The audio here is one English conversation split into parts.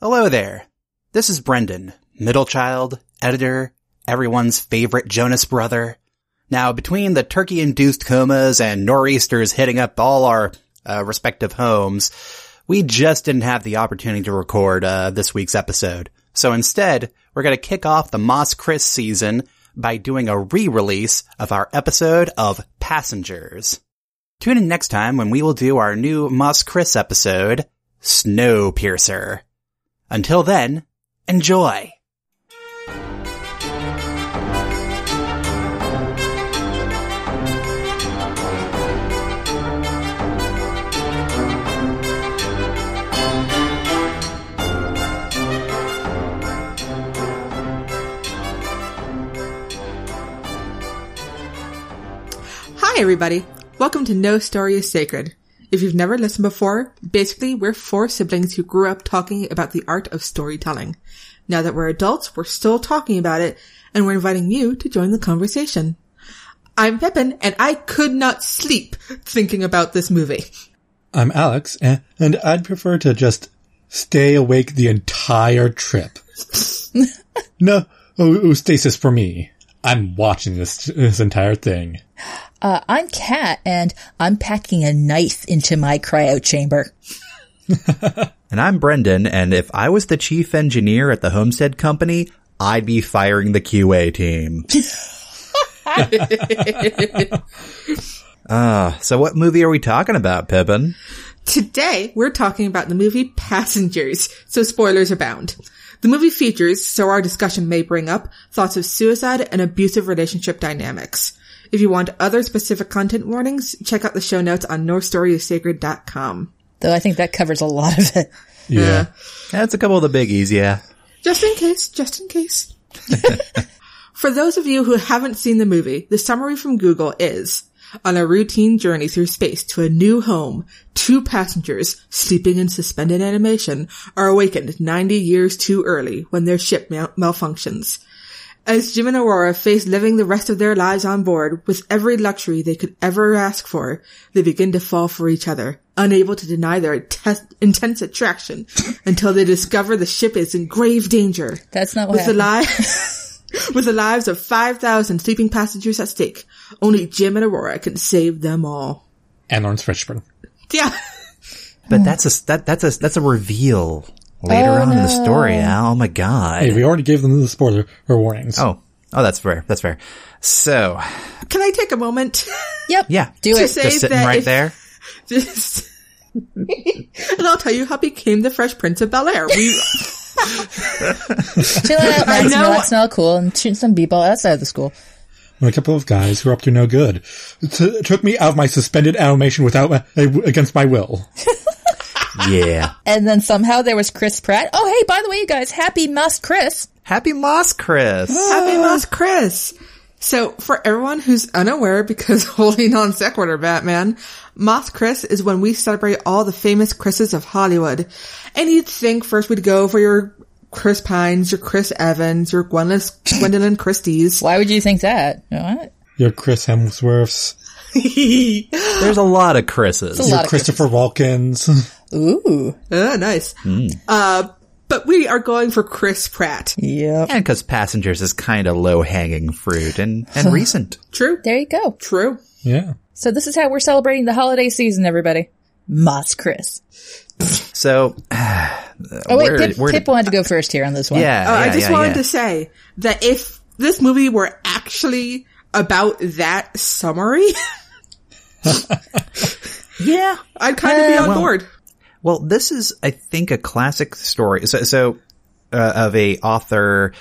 Hello there. This is Brendan, middle child, editor, everyone's favorite Jonas brother. Now, between the turkey-induced comas and nor'easters hitting up all our uh, respective homes, we just didn't have the opportunity to record uh, this week's episode. So instead, we're going to kick off the Moss Chris season by doing a re-release of our episode of Passengers. Tune in next time when we will do our new Moss Chris episode, Snowpiercer. Until then, enjoy! Hi, everybody. Welcome to No Story is Sacred. If you've never listened before, basically, we're four siblings who grew up talking about the art of storytelling. Now that we're adults, we're still talking about it, and we're inviting you to join the conversation. I'm Pippin, and I could not sleep thinking about this movie. I'm Alex, and, and I'd prefer to just stay awake the entire trip. no oh, stasis for me. I'm watching this this entire thing. Uh, I'm Kat, and I'm packing a knife into my cryo chamber. And I'm Brendan, and if I was the chief engineer at the Homestead Company, I'd be firing the QA team. uh, so what movie are we talking about, Pippin? Today, we're talking about the movie Passengers, so spoilers abound. The movie features, so our discussion may bring up, thoughts of suicide and abusive relationship dynamics. If you want other specific content warnings, check out the show notes on NorthStoryIsSacred.com. Though I think that covers a lot of it. Yeah. That's a couple of the biggies, yeah. Uh, Just in case, just in case. For those of you who haven't seen the movie, the summary from Google is on a routine journey through space to a new home, two passengers sleeping in suspended animation are awakened 90 years too early when their ship mal- malfunctions. As Jim and Aurora face living the rest of their lives on board with every luxury they could ever ask for, they begin to fall for each other, unable to deny their tes- intense attraction until they discover the ship is in grave danger. That's not what With the, happened. li- with the lives of 5,000 sleeping passengers at stake, only Jim and Aurora can save them all. And Lawrence Fishburne. Yeah. But that's a that, that's a that's a reveal later Oh, on in the no. story. Al. Oh my god. Hey, we already gave them the spoiler warnings. Oh, oh, that's fair. That's fair. So Can I take a moment? Yep. yeah, Do To it. say just sitting that right if- there. Just. and I'll tell you how became the Fresh Prince of Bel Air. We Chill out. I That's know. not smell cool. And shoot some b-ball outside of the school. And a couple of guys who are up to no good. T- took me out of my suspended animation without my, against my will. Yeah. And then somehow there was Chris Pratt. Oh, hey, by the way, you guys, happy Moss Chris. Happy Moss, Chris. Happy Moss Chris. So, for everyone who's unaware, because holy non sequitur, Batman, Moss Chris is when we celebrate all the famous Chris's of Hollywood. And you'd think first we'd go for your Chris Pines, your Chris Evans, your Gwendolyn, Gwendolyn Christie's. Why would you think that? You know what? Your Chris Hemsworths. oh, There's a lot of Chris's. It's a lot Your of Chris. Christopher Walkens. Ooh. Ah, nice. Uh, but we are going for Chris Pratt. Yep. And because passengers is kind of low hanging fruit and, and recent. True. There you go. True. yeah. So this is how we're celebrating the holiday season, everybody. Moss Chris. So, Oh, wait, Where- Pip, where Pip did- wanted to go first here on this yeah. one. Uh, I yeah, just yeah, wanted yeah. to say that if this movie were actually about that summary, Yeah. I'd kind of be on well- board. Well, this is, I think, a classic story. So, so uh, of a author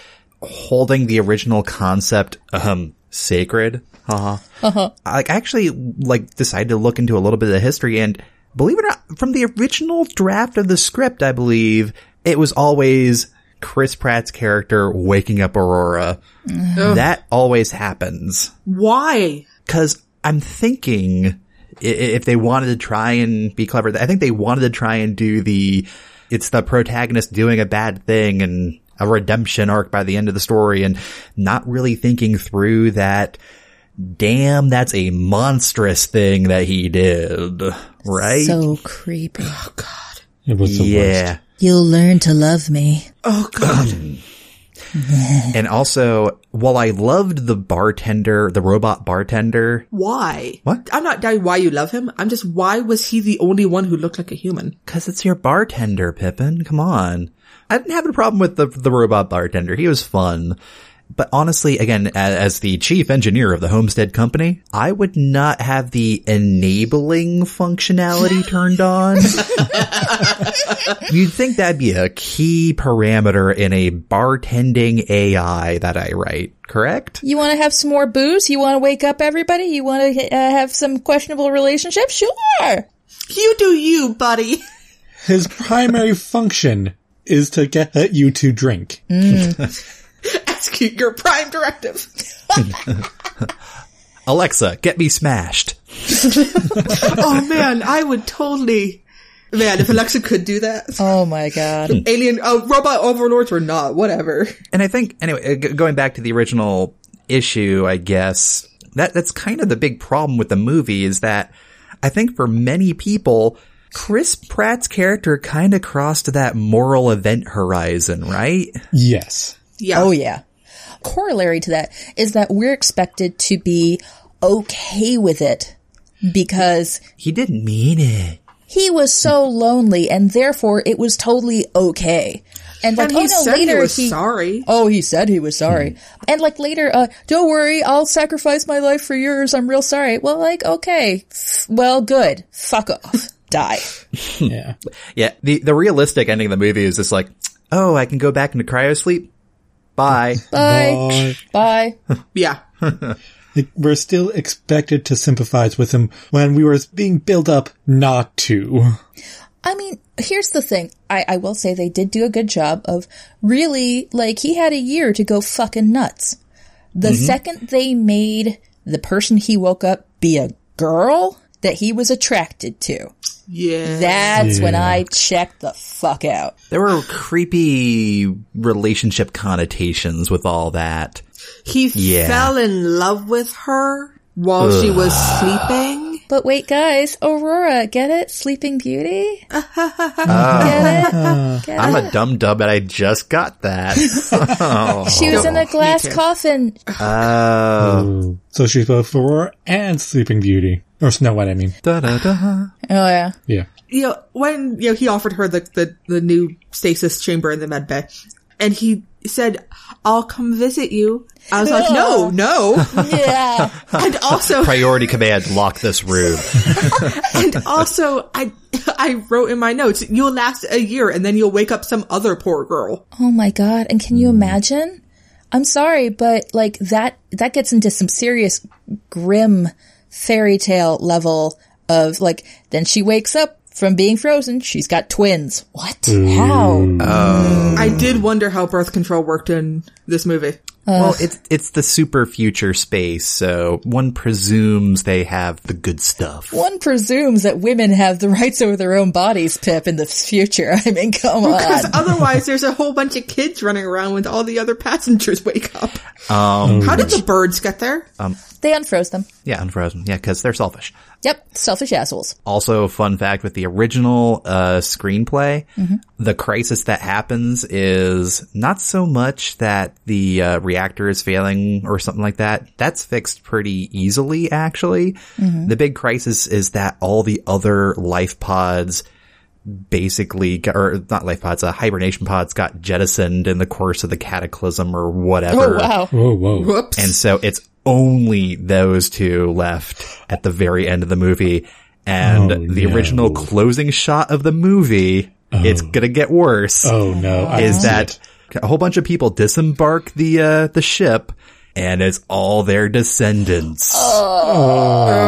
holding the original concept, um, sacred. Uh-huh. I actually, like, decided to look into a little bit of the history and believe it or not, from the original draft of the script, I believe, it was always Chris Pratt's character waking up Aurora. That always happens. Why? Cause I'm thinking i- i- if they wanted to try and be clever, I think they wanted to try and do the, it's the protagonist doing a bad thing and a redemption arc by the end of the story and not really thinking through that, damn, that's a monstrous thing that he did. Right? So creepy. It was the worst. yeah. You'll learn to love me. Oh god. And also, while I loved the bartender, the robot bartender, why? What? I'm not doubting why you love him. I'm just why was he the only one who looked like a human? because it's your bartender, Pippin. Come on. I didn't have a problem with the, the robot bartender. He was fun. But honestly, again, a- as the chief engineer of the Homestead Company, I would not have the enabling functionality turned on. You'd think that'd be a key parameter in a bartending AI that I write, correct? You want to have some more booze? You want to wake up everybody? You want to uh, have some questionable relationships? Sure. You do you, buddy. His primary function is to get you to drink. Mm. Execute your prime directive. Alexa, get me smashed. oh man, I would totally. Man, if Alexa could do that, Uh, Oh my god. alien uh, robot overlords or not, whatever. And I think anyway, uh, g- going back to the original issue, I guess that that's kind of the big problem with the movie is that I think for many people, Chris Pratt's character kind of crossed that moral event horizon, right? Yes. Yeah. Oh yeah. Corollary to that is that we're expected to be okay with it because He didn't mean it. he was so lonely and therefore it was totally okay. And like and he oh no, said later he was he sorry. Hmm. Oh, he said he was sorry. And like later, uh, don't worry, I'll sacrifice my life for yours. I'm real sorry. Well, like, okay. F- Well, good. Fuck off. Die. Yeah. Yeah, the the realistic ending of the movie is just like, oh, I can go back into cryo sleep. Bye. Bye. Or, Bye. Yeah. like, we're still expected to sympathize with him when we were being built up not to. I mean, here's the thing. I, I will say they did do a good job of really, like, he had a year to go fucking nuts. The second they made the person he woke up be a girl that he was attracted to, Yeah. that's when I checked the fuck out. There were creepy relationship connotations with all that. he Yeah. fell in love with her while she was sleeping. But wait, guys, Aurora, get it? Sleeping Beauty? get it? Get I'm it? a dumb dub, and I just got that. oh. She was in a glass Me too. coffin. Oh. So she's both Aurora and Sleeping Beauty. Or Snow White, I mean. Da-da-da. Oh, yeah. Yeah. you know, when you know he offered her the, the the new stasis chamber in the med bay, and he said, "I'll come visit you." I was like, "No, no," Yeah. and also, Priority command, lock this room. and also, I I wrote in my notes, "You'll last a year, and then you'll wake up some other poor girl." oh my god. And can you Mm. imagine? I'm sorry, but like that, that gets into some serious grim fairy tale level of like, then she wakes up from being frozen. She's got twins. What? Mm. How? I did wonder how birth control worked in this movie. well, it's it's the super future space, so one presumes they have the good stuff. One presumes that women have the rights over their own bodies, Pip, in the future. I mean, come on. Because otherwise, there's a whole bunch of kids running around when all the other passengers wake up. Um, How did the birds get there? They unfroze them. yeah, unfrozen. Yeah, because they're selfish. Yep, selfish assholes. Also, fun fact with the original uh, screenplay, Mm-hmm. the crisis that happens is not so much that the uh, reactor is failing or something like that. That's fixed pretty easily, actually. Mm-hmm. The big crisis is that all the other life pods basically, got, or not life pods, uh, hibernation pods got jettisoned in the course of the cataclysm or whatever. Oh wow. Whoa, whoa. Whoops. And so it's only those two left at the very end of the movie. And Oh, the no. original closing shot of the movie, it's gonna get worse, Oh no. I is see that it. a whole bunch of people disembark the, uh, the ship and it's all their descendants.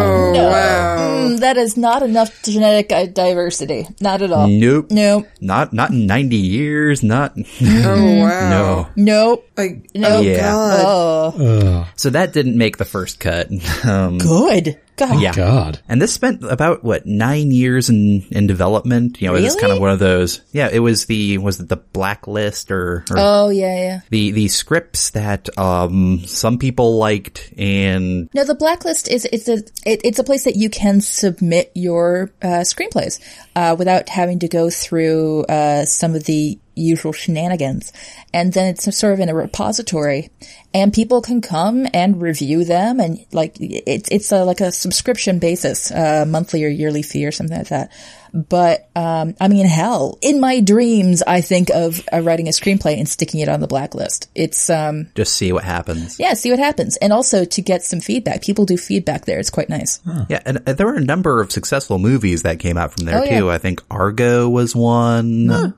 Mm, that is not enough genetic uh, diversity. Not at all. Nope. No. Not, not in 90 years, not, oh wow. no. Nope. Like, Nope. Yeah. Oh, So that didn't make the first cut. Um, good. God. Yeah. God. And this spent about what nine years in in development. You know, it was kind Really? of one of those. Yeah, it was the was it the blacklist or, or Oh yeah, yeah. the the scripts that um some people liked and No, the blacklist is it's a it, it's a place that you can submit your uh, screenplays uh, without having to go through uh, some of the usual shenanigans, and then it's sort of in a repository, and people can come and review them, and like it's it's a, like a subscription basis, uh, monthly or yearly fee or something like that. But um, I mean, hell, in my dreams, I think of uh, writing a screenplay and sticking it on the blacklist. It's um, just see what happens. yeah, see what happens. And also to get some feedback. People do feedback there. It's quite nice. Yeah, and uh, there were a number of successful movies that came out from there Oh, yeah. too. I think Argo was one.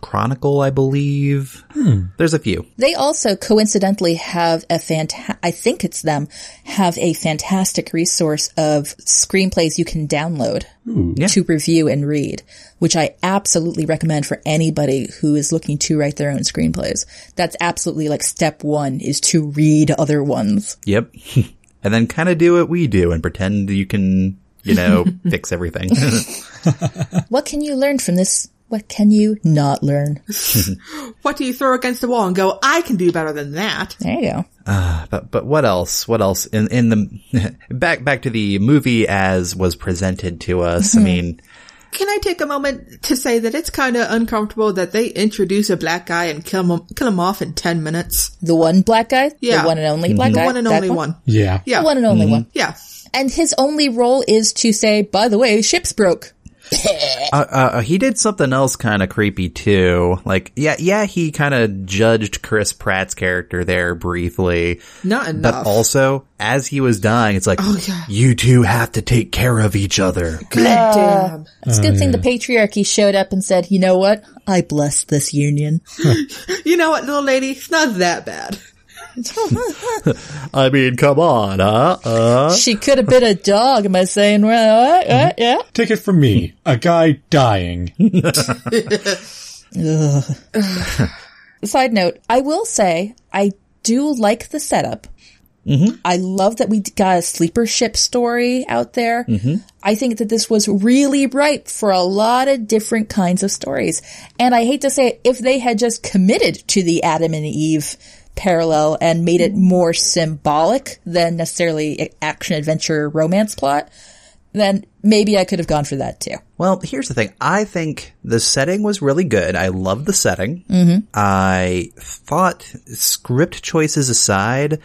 Chronicle, I believe. Hmm. There's a few. They also coincidentally have a fanta- I think it's them, have a fantastic resource of screenplays you can download Yeah. to review and read, which I absolutely recommend for anybody who is looking to write their own screenplays. That's absolutely like step one is to read other ones. Yep. and then kind of do what we do and pretend you can, you know, fix everything. What can you learn from this? What can you not learn? What do you throw against the wall and go, I can do better than that? There you go. but but what else? What else in in the back back to the movie as was presented to us? I mean, Can I take a moment to say that it's kind of uncomfortable that they introduce a black guy and kill him, kill him off in 10 minutes? The one black guy? Yeah. The one and only black guy? the one and That only one. Yeah. Yeah. The one and only one. yeah. And his only role is to say, by the way, ship's broke. uh, uh, he did something else kind of creepy too. Like yeah yeah he kind of judged Chris Pratt's character there briefly, Not but enough. also as he was dying, it's like yeah. you two have to take care of each other. God damn. It's a good thing the patriarchy showed up and said, you know what? I bless this union. You know what, little lady? It's not that bad. I mean, come on, huh? Uh, she could have been a dog. Am I saying well? what, what, yeah. Take it from me, a guy dying. Side note, I will say I do like the setup. I love that we got a sleeper ship story out there. I think that this was really ripe for a lot of different kinds of stories. And I hate to say it, if they had just committed to the Adam and Eve parallel and made it more symbolic than necessarily action adventure romance plot, then maybe I could have gone for that too. Well, here's the thing. I think the setting was really good. I love the setting. Mm-hmm. I thought script choices aside,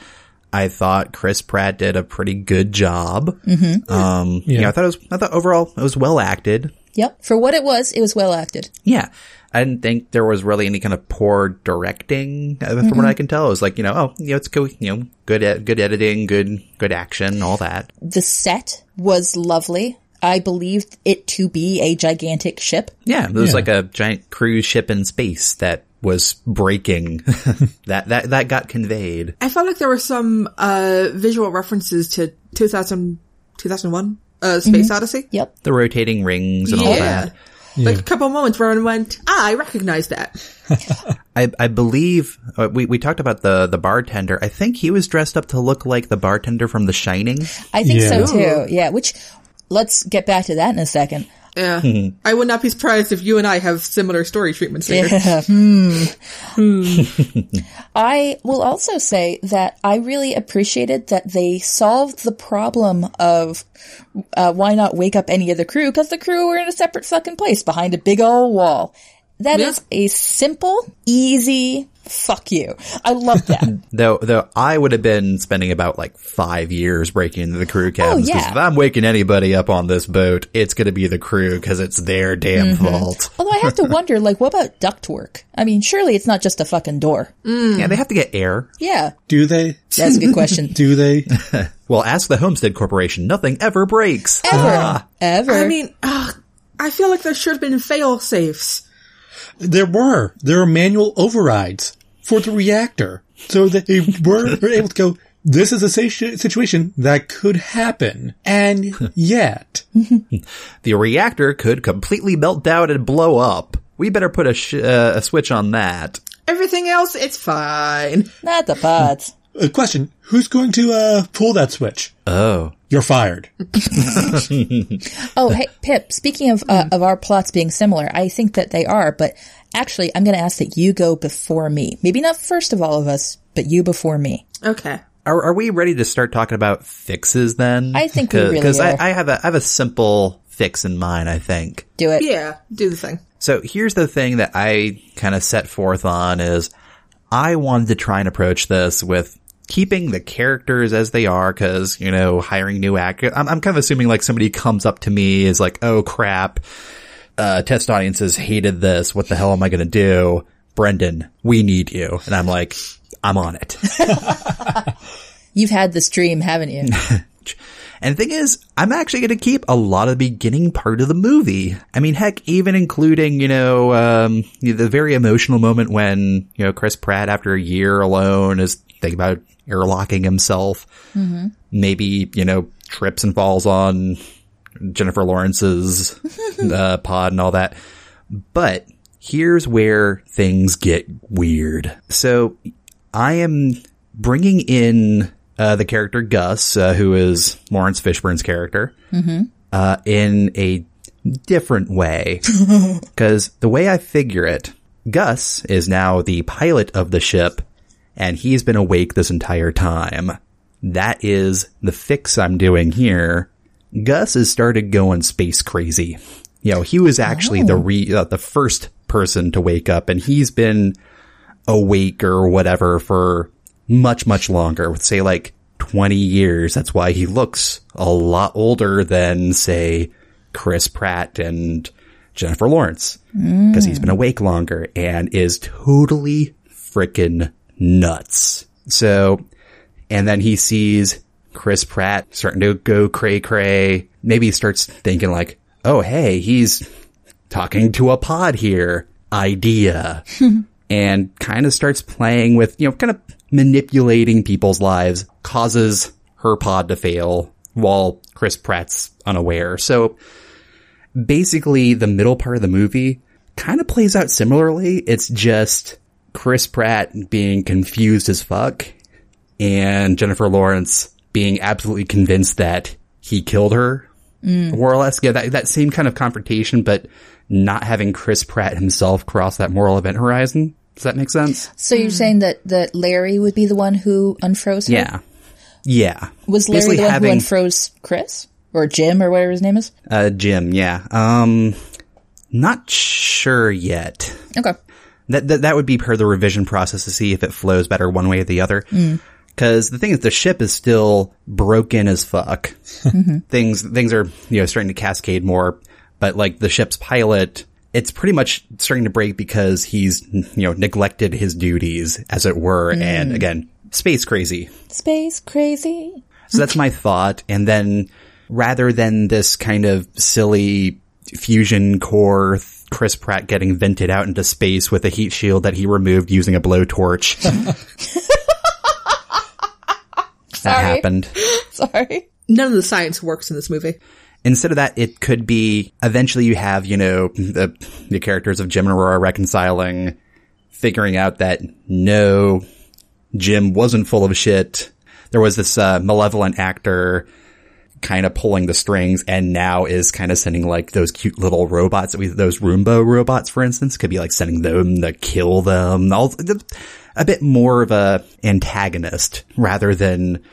I thought Chris Pratt did a pretty good job. Mm-hmm. Um, you know, I thought it was, I thought overall it was well acted. Yep. For what it was, it was well acted. Yeah. I didn't think there was really any kind of poor directing uh, from what I can tell. It was like, you know, oh, you know, it's good, you know, good, e- good editing, good, good action, all that. The set was lovely. I believed it to be a gigantic ship. Yeah, there was like a giant cruise ship in space that was breaking. that that that got conveyed. I felt like there were some uh, visual references to 2000, 2001, uh, Mm-hmm. Space Odyssey. Yep. The rotating rings and all Yeah. that. Like a couple moments where I went, ah, I recognize that. I I believe uh, we we talked about the the bartender. I think he was dressed up to look like the bartender from The Shining. I think Yeah. so too. Yeah. Which let's get back to that in a second. Yeah. I would not be surprised if you and I have similar story treatments here. Yeah, hmm. I will also say that I really appreciated that they solved the problem of uh, why not wake up any of the crew because the crew were in a separate fucking place behind a big old wall. That Yeah. is a simple, easy fuck you. I love that. Though though I would have been spending about like five years breaking into the crew cabins yeah. if I'm waking anybody up on this boat, it's going to be the crew because it's their damn fault. Although I have to wonder, like, what about ductwork? I mean, surely it's not just a fucking door. Yeah, they have to get air. Yeah, Do they? that's a good question. Do they? Well, ask the Homestead Corporation. Nothing ever breaks. Ever, Ah. ever. I mean, ugh, I feel like there should have been fail safes. There were. There were manual overrides for the reactor. So they were, were able to go, this is a situ- situation that could happen. And yet, The reactor could completely melt down and blow up. We better put a, sh- uh, a switch on that. Everything else, it's fine. not the pods. a question, who's going to uh, pull uh, that switch? Oh. You're fired. Oh, hey, Pip, speaking of, uh, of our plots being similar, I think that they are, but actually, I'm going to ask that you go before me. Maybe not first of all of us, but you before me. Okay. Are, are we ready to start talking about fixes then? I think we really because are. I, I have a I have a simple fix in mind. I think Do it. Yeah, do the thing. so. Here's the thing that I kind of set forth on is I wanted to try and approach this with keeping the characters as they are because you know hiring new actors. I'm, I'm kind of assuming like somebody comes up to me is like, oh crap, uh, test audiences hated this. What the hell am I going to do? Brendan, we need you. And I'm like, I'm on it. You've had this dream, haven't you? And the thing is, I'm actually going to keep a lot of the beginning part of the movie. I mean, heck, even including, you know, um, the very emotional moment when, you know, Chris Pratt after a year alone is thinking about airlocking himself. Maybe, you know, trips and falls on Jennifer Lawrence's uh, pod and all that. But here's where things get weird. So I am bringing in uh, the character Gus, uh, who is Lawrence Fishburne's character, uh, in a different way. Because the way I figure it, Gus is now the pilot of the ship, and he's been awake this entire time. That is the fix I'm doing here. Gus has started going space crazy. You know, he was actually the re- uh, the first person to wake up, and he's been awake or whatever for much much longer with say like 20 years that's why he looks a lot older than say chris pratt and jennifer lawrence because he's been awake longer and is totally freaking nuts so and then he sees chris pratt starting to go cray cray maybe he starts thinking like oh hey he's talking to a pod here idea and kind of starts playing with, you know, kind of manipulating people's lives, causes her pod to fail while Chris Pratt's unaware. So basically, the middle part of the movie kind of plays out similarly. It's just Chris Pratt being confused as fuck and Jennifer Lawrence being absolutely convinced that he killed her. More or less, yeah, that, that same kind of confrontation, but not having Chris Pratt himself cross that moral event horizon. Does that make sense? So you're saying that, that Larry would be the one who unfroze her? Yeah. Yeah. Was Larry Basically the one who having- unfroze Chris? Or Jim, or whatever his name is? Uh, Jim, yeah. Um, not sure yet. Okay. That, that that would be part of the revision process to see if it flows better one way or the other. Because the thing is, the ship is still broken as fuck. Things things are you know starting to cascade more, but like the ship's pilot, it's pretty much starting to break because he's you know neglected his duties, as it were, and again, space crazy. Space crazy. So that's my thought. And then rather than this kind of silly fusion core, th- Chris Pratt getting vented out into space with a heat shield that he removed using a blowtorch. that happened. Sorry. None of the science works in this movie. Instead of that, it could be eventually you have, you know, the, the characters of Jim and Aurora reconciling, figuring out that no, Jim wasn't full of shit. There was this uh, malevolent actor kind of pulling the strings and now is kind of sending like those cute little robots that we, those Roomba robots, for instance, could be like sending them to kill them. All, a bit more of a antagonist rather than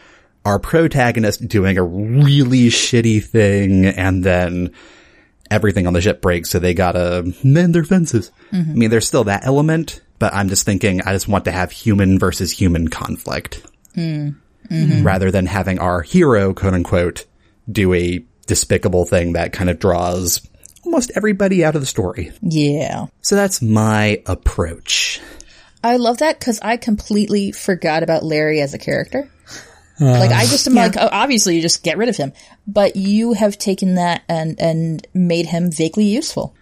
our protagonist doing a really shitty thing and then everything on the ship breaks, so they gotta mend their fences. I mean, there's still that element, but I'm just thinking I just want to have human versus human conflict Mm-hmm. rather than having our hero, quote unquote, do a despicable thing that kind of draws almost everybody out of the story. Yeah. So that's my approach. I love that because I completely forgot about Larry as a character. like I just am like oh, obviously you just get rid of him, but you have taken that and and made him vaguely useful.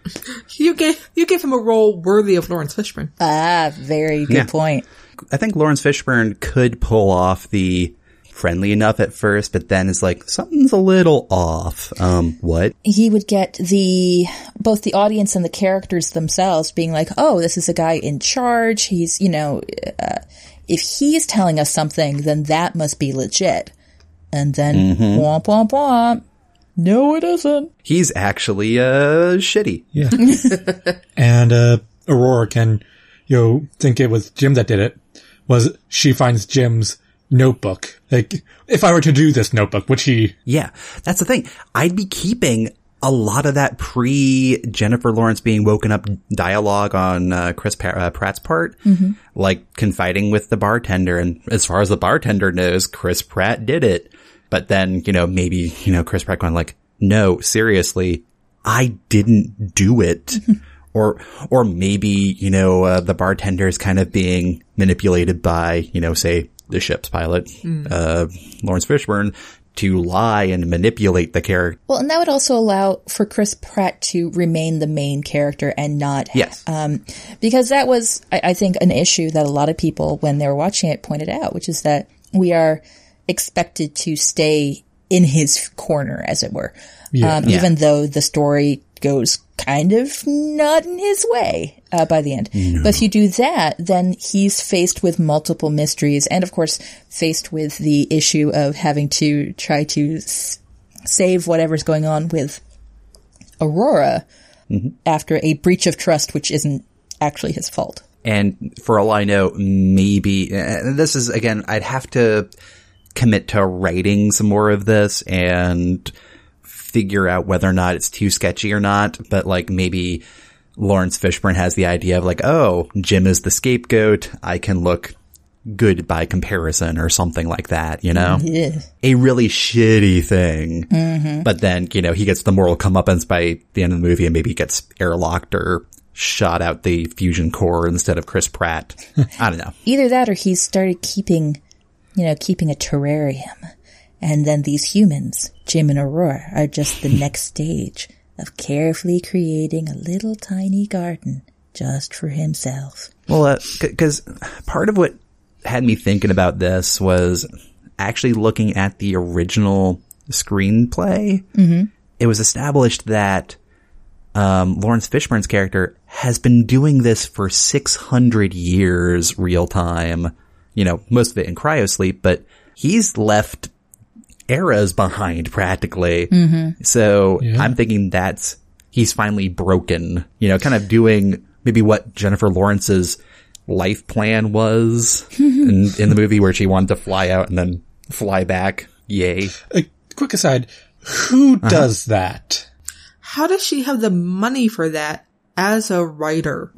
You gave you gave him a role worthy of Lawrence Fishburne. Ah, very good Yeah. point. I think Lawrence Fishburne could pull off the friendly enough at first, but then it's like something's a little off. Um, what? He would get the both the audience and the characters themselves being like, oh, this is a guy in charge. He's you know, uh, if he's telling us something, then that must be legit. and then womp womp womp. No, it isn't. He's actually uh shitty. Yeah. and uh, Aurora can, you know, think it was Jim that did it. Was she finds Jim's notebook? Like, if I were to do this notebook, which he, Yeah, that's the thing. I'd be keeping a lot of that pre Jennifer Lawrence being woken up dialogue on uh, Chris pa- uh, Pratt's part, like confiding with the bartender. And as far as the bartender knows, Chris Pratt did it. But then, you know, maybe, you know, Chris Pratt going like, no, seriously, I didn't do it. or, or maybe, you know, uh, the bartender is kind of being manipulated by, you know, say the ship's pilot, uh, Lawrence Fishburne to lie and manipulate the character. Well, and that would also allow for Chris Pratt to remain the main character and not Yes. um, because that was, I, I think, an issue that a lot of people, when they were watching it, pointed out, which is that we are expected to stay in his corner, as it were, um, even though the story goes kind of not in his way uh, by the end. But if you do that, then he's faced with multiple mysteries, and of course, faced with the issue of having to try to s- save whatever's going on with Aurora after a breach of trust, which isn't actually his fault. And for all I know, maybe and this is again, I'd have to commit to writing some more of this and figure out whether or not it's too sketchy or not. But like maybe Lawrence Fishburne has the idea of like, oh, Jim is the scapegoat. I can look good by comparison or something like that, you know? Yeah. a really shitty thing. But then, you know, he gets the moral comeuppance by the end of the movie and maybe gets airlocked or shot out the fusion core instead of Chris Pratt. I don't know. Either that or he's started keeping, you know, keeping a terrarium. And then these humans, Jim and Aurora, are just the next stage of carefully creating a little tiny garden just for himself. Well, because part of what had me thinking about this was actually looking at the original screenplay. It was established that um, Lawrence Fishburne's character has been doing this for 600 years real time. You know, most of it in cryosleep, but he's left eras behind practically. So I'm thinking that's he's finally broken, you know, kind of doing maybe what Jennifer Lawrence's life plan was in, in the movie where she wanted to fly out and then fly back. Yay. a uh, quick aside, who Uh-huh. does that? How does she have the money for that as a writer?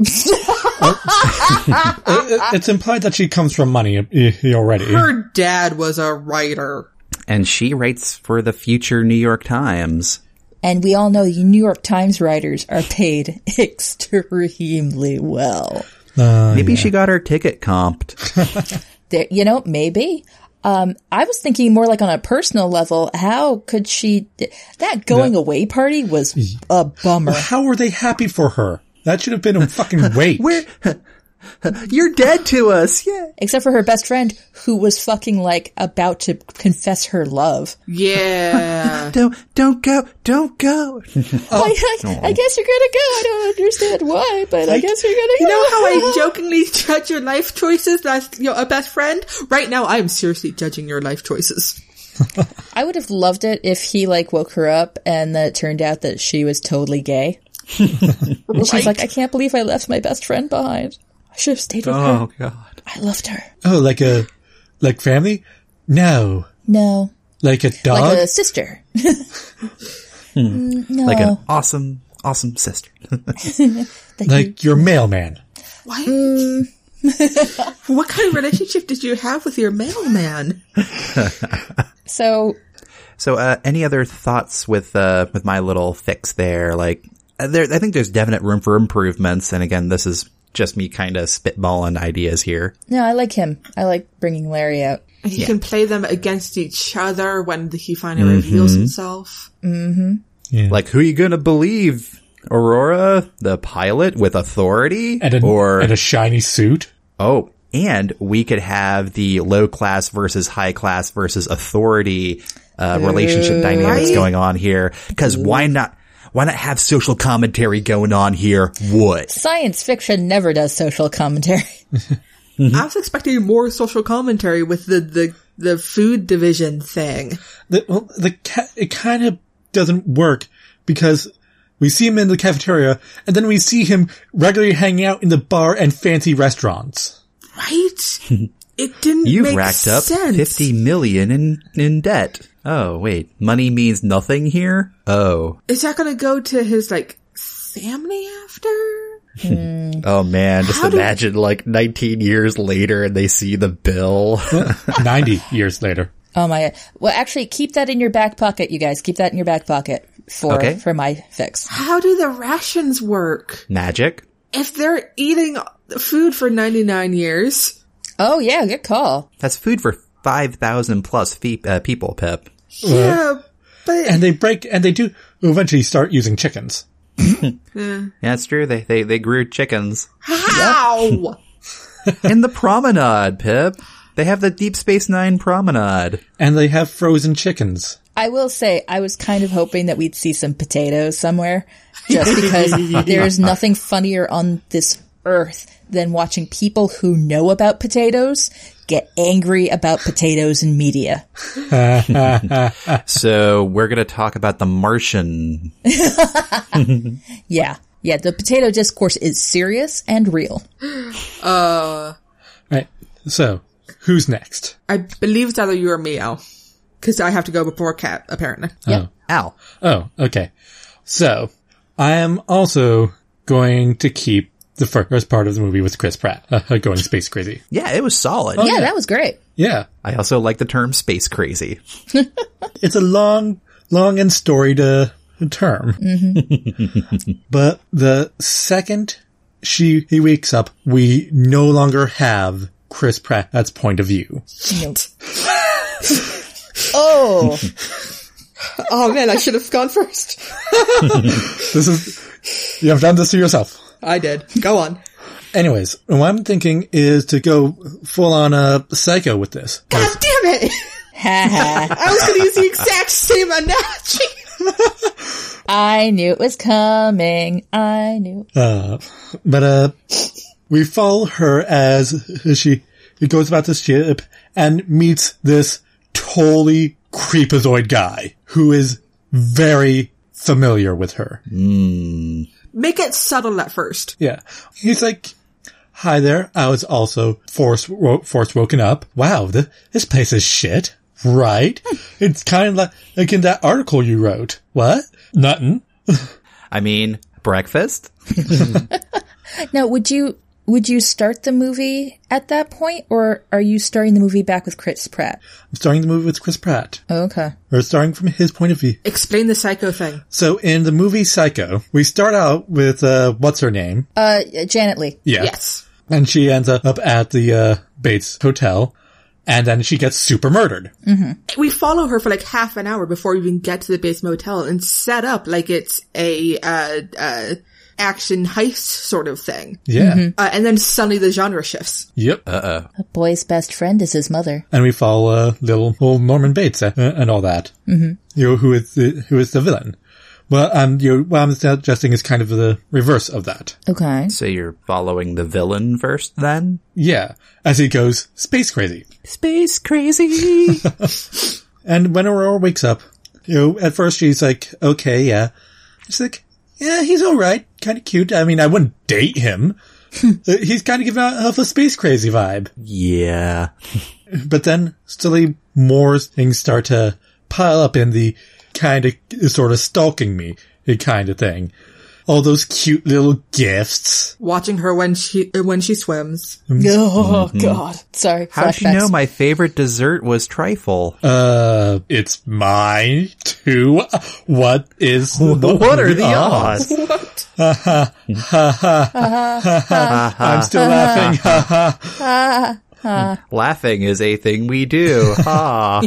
It- it- Uh, it's implied that she comes from money uh, already. Her dad was a writer. And she writes for the future New York Times. And we all know the New York Times writers are paid extremely well. Uh, Maybe she got her ticket comped. There, you know, maybe. Um, I was thinking more like on a personal level. How could she? That going away party was a bummer. how are they happy for her? That should have been a fucking wait. Where you're dead to us. Yeah. Except for her best friend, who was fucking like about to confess her love. Yeah. Don't don't go. Don't go. Oh. Like, I, I guess you're gonna go. I don't understand why, but I, guess you're gonna You go. know how I jokingly judge your life choices as you know, a best friend? Right now, I'm seriously judging your life choices. I would have loved it if he like woke her up and that it turned out that she was totally gay. and she's like, I can't believe I left my best friend behind. I should have stayed with Uh-huh. Oh her. God. I loved her. Oh, like a, like family? No. No. Like a dog? Uh-huh. Like a sister. Mm, no. Like an awesome awesome sister. That you- like your mailman. What? what kind of relationship did you have with your mailman? so So, uh, any other thoughts with uh, with my little fix there? Like, uh, there, I think there's definite room for improvements. And again, this is just me kind of spitballing ideas here. no, I like him. I like bringing Larry out. And he can play them against each other when he finally Mm-hmm. reveals himself. Like, who you gonna believe? Aurora, the pilot with authority, And a, or and a shiny suit? oh, and we could have the low class versus high class versus authority uh, relationship dynamics Right. going on here. Because why not? Why not have social commentary going on here? What? Science fiction never does social commentary. Mm-hmm. I was expecting more social commentary with the, the the food division thing. The, well, the ca- it kind of doesn't work because we see him in the cafeteria, and then we see him regularly hanging out in the bar and fancy restaurants. Right? It didn't You've make racked up sense. 50 million in, in debt. Oh, wait. Money means nothing here? Oh. Is that going to go to his like family after? Oh man, just How do- imagine like 19 years later and they see the bill. Ninety years later. Oh my god. Well, actually, keep that in your back pocket, you guys. Keep that in your back pocket for Okay. for my fix. How do the rations work? Magic? If they're eating food for 99 years, Oh yeah, good call. That's food for 5,000 plus fe- uh, people, Pep. yeah, but And they break, and they do eventually start using chickens. Yeah, that's true. They, they, they grew chickens. how? in the promenade, Pip. They have the Deep Space Nine promenade. And they have frozen chickens. I will say I was kind of hoping that we'd see some potatoes somewhere, just because there's nothing funnier on this earth than watching people who know about potatoes get angry about potatoes in media. So we're going to talk about the Martian. Yeah, yeah. The potato discourse is serious and real. Right. So, who's next? I believe it's either you or me, Al. Because I have to go before Cat, apparently. Yeah. Ow. Oh, okay. So, I am also going to keep the first part of the movie with Chris Pratt uh, going space crazy. Yeah, it was solid. Oh, Oh. yeah, that was great. Yeah. I also like the term space crazy. It's a long, long and storied uh, term. but the second she he wakes up, we no longer have Chris Pratt's point of view. Oh, Oh man, I should have gone first. This is you have done this to yourself. I did. Go on. Anyways, what I'm thinking is to go full on a psycho with this. God damn it! ha ha. I was going to use the exact same analogy. I knew it was coming. I knew. Uh, but uh, we follow her as she goes about the ship and meets this totally creepazoid guy who is very familiar with her. Make it subtle at first. Yeah, he's like, "Hi there, I was also force wo- force woken up. Wow, th- this place is shit, right? it's kind of like, like in that article you wrote. What? Nothing." I mean, breakfast? Now, would you would you start the movie at that point, or are you starting the movie back with Chris Pratt? I'm starting the movie with Chris Pratt, Okay. or starting from his point of view. Explain the psycho thing. So in the movie Psycho, we start out with uh, what's her name? Uh, Janet Lee. yeah, Yes. and she ends up at the uh, Bates Hotel, and then she gets super murdered. We follow her for like half an hour before we even get to the base motel and set up like it's a, uh, uh, action heist sort of thing. Yeah, Uh, and then suddenly the genre shifts. yep. The boy's best friend is his mother. and we follow uh, little old Norman Bates uh, and all that. Mm-hmm. You know, who is the, who is the villain? Well, um, you know, what I'm suggesting is kind of the reverse of that. Okay. So you're following the villain first then? Yeah, as he goes space crazy. Space crazy. And when Aurora wakes up, you know, at first she's like, okay, yeah. She's like, yeah, he's all right. Kind of cute. I mean, I wouldn't date him. Uh, he's kind of giving off a space crazy vibe. yeah. But then slowly more things start to pile up in the kind of sort of stalking me kind of thing. All those cute little gifts. Watching her when she, uh, when she swims. Oh God. Sorry. How'd you flashbacks. know my favorite dessert was trifle? Uh, it's mine too. What is what are the odds? Oh, I'm still laughing. Laughing is a thing we do. Ha.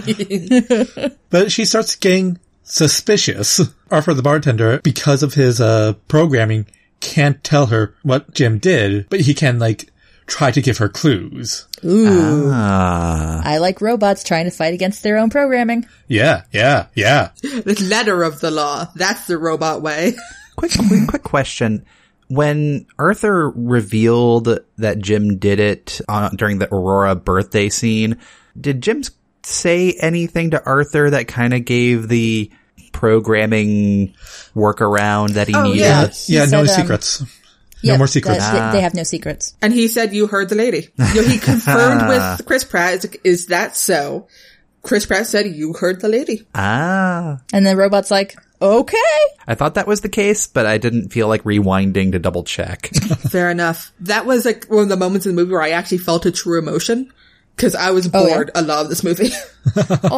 But she starts getting suspicious. Arthur the bartender, because of his uh programming, can't tell her what Jim did, but he can like try to give her clues. Ooh. Ah. I like robots trying to fight against their own programming. Yeah, yeah, yeah. The letter of the law. That's the robot way. Quick, quick, quick question. When Arthur revealed that Jim did it on, during the Aurora birthday scene, did Jim's say anything to Arthur that kind of gave the programming workaround that he Oh, needed? yeah. He Uh, yeah, no said, um, secrets. Yep, more secrets. that- they- they have no secrets. And he said, "You heard the lady." You know, he confirmed with Chris Pratt. Is, is that so? Chris Pratt said, "You heard the lady." Ah, And the robot's like, okay. I thought that was the case, but I didn't feel like rewinding to double check. Fair enough. That was like one of the moments in the movie where I actually felt a true emotion because I was Oh, yeah. bored. I love this movie, Oh,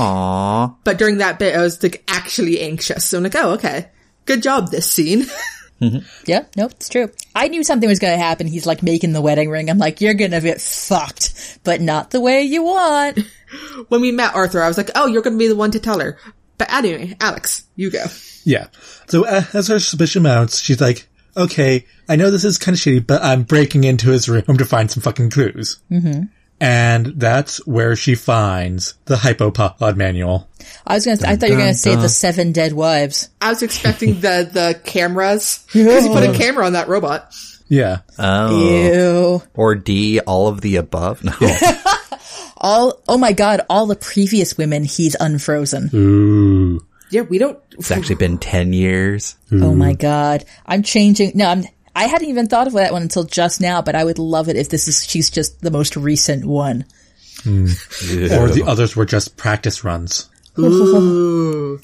Aww. but during that bit, I was like actually anxious. So I'm like, "Oh, okay, good job this scene." yeah, nope, it's true. I knew something was going to happen. He's like making the wedding ring. I'm like, you're going to get fucked, but not the way you want. when we met Arthur, I was like, "Oh, you're going to be the one to tell her." But anyway, Alex, you go. Yeah. So uh, as her suspicion mounts, she's like, okay, I know this is kind of shitty, but I'm breaking into his room to find some fucking clues. Mm-hmm. And that's where she finds the hypopod manual. I was going to, I thought you were going to say the seven dead wives. I was expecting the the cameras because you put a camera on that robot. Yeah. Uh, Ew. Or D, all of the above. No. All, oh my God, all the previous women he's unfrozen. Ooh. Yeah, we don't. it's actually been 10 years. Oh my God. I'm changing. No, I'm, I hadn't even thought of that one until just now, but I would love it if this is, she's just the most recent one. Or the others were just practice runs. Ooh.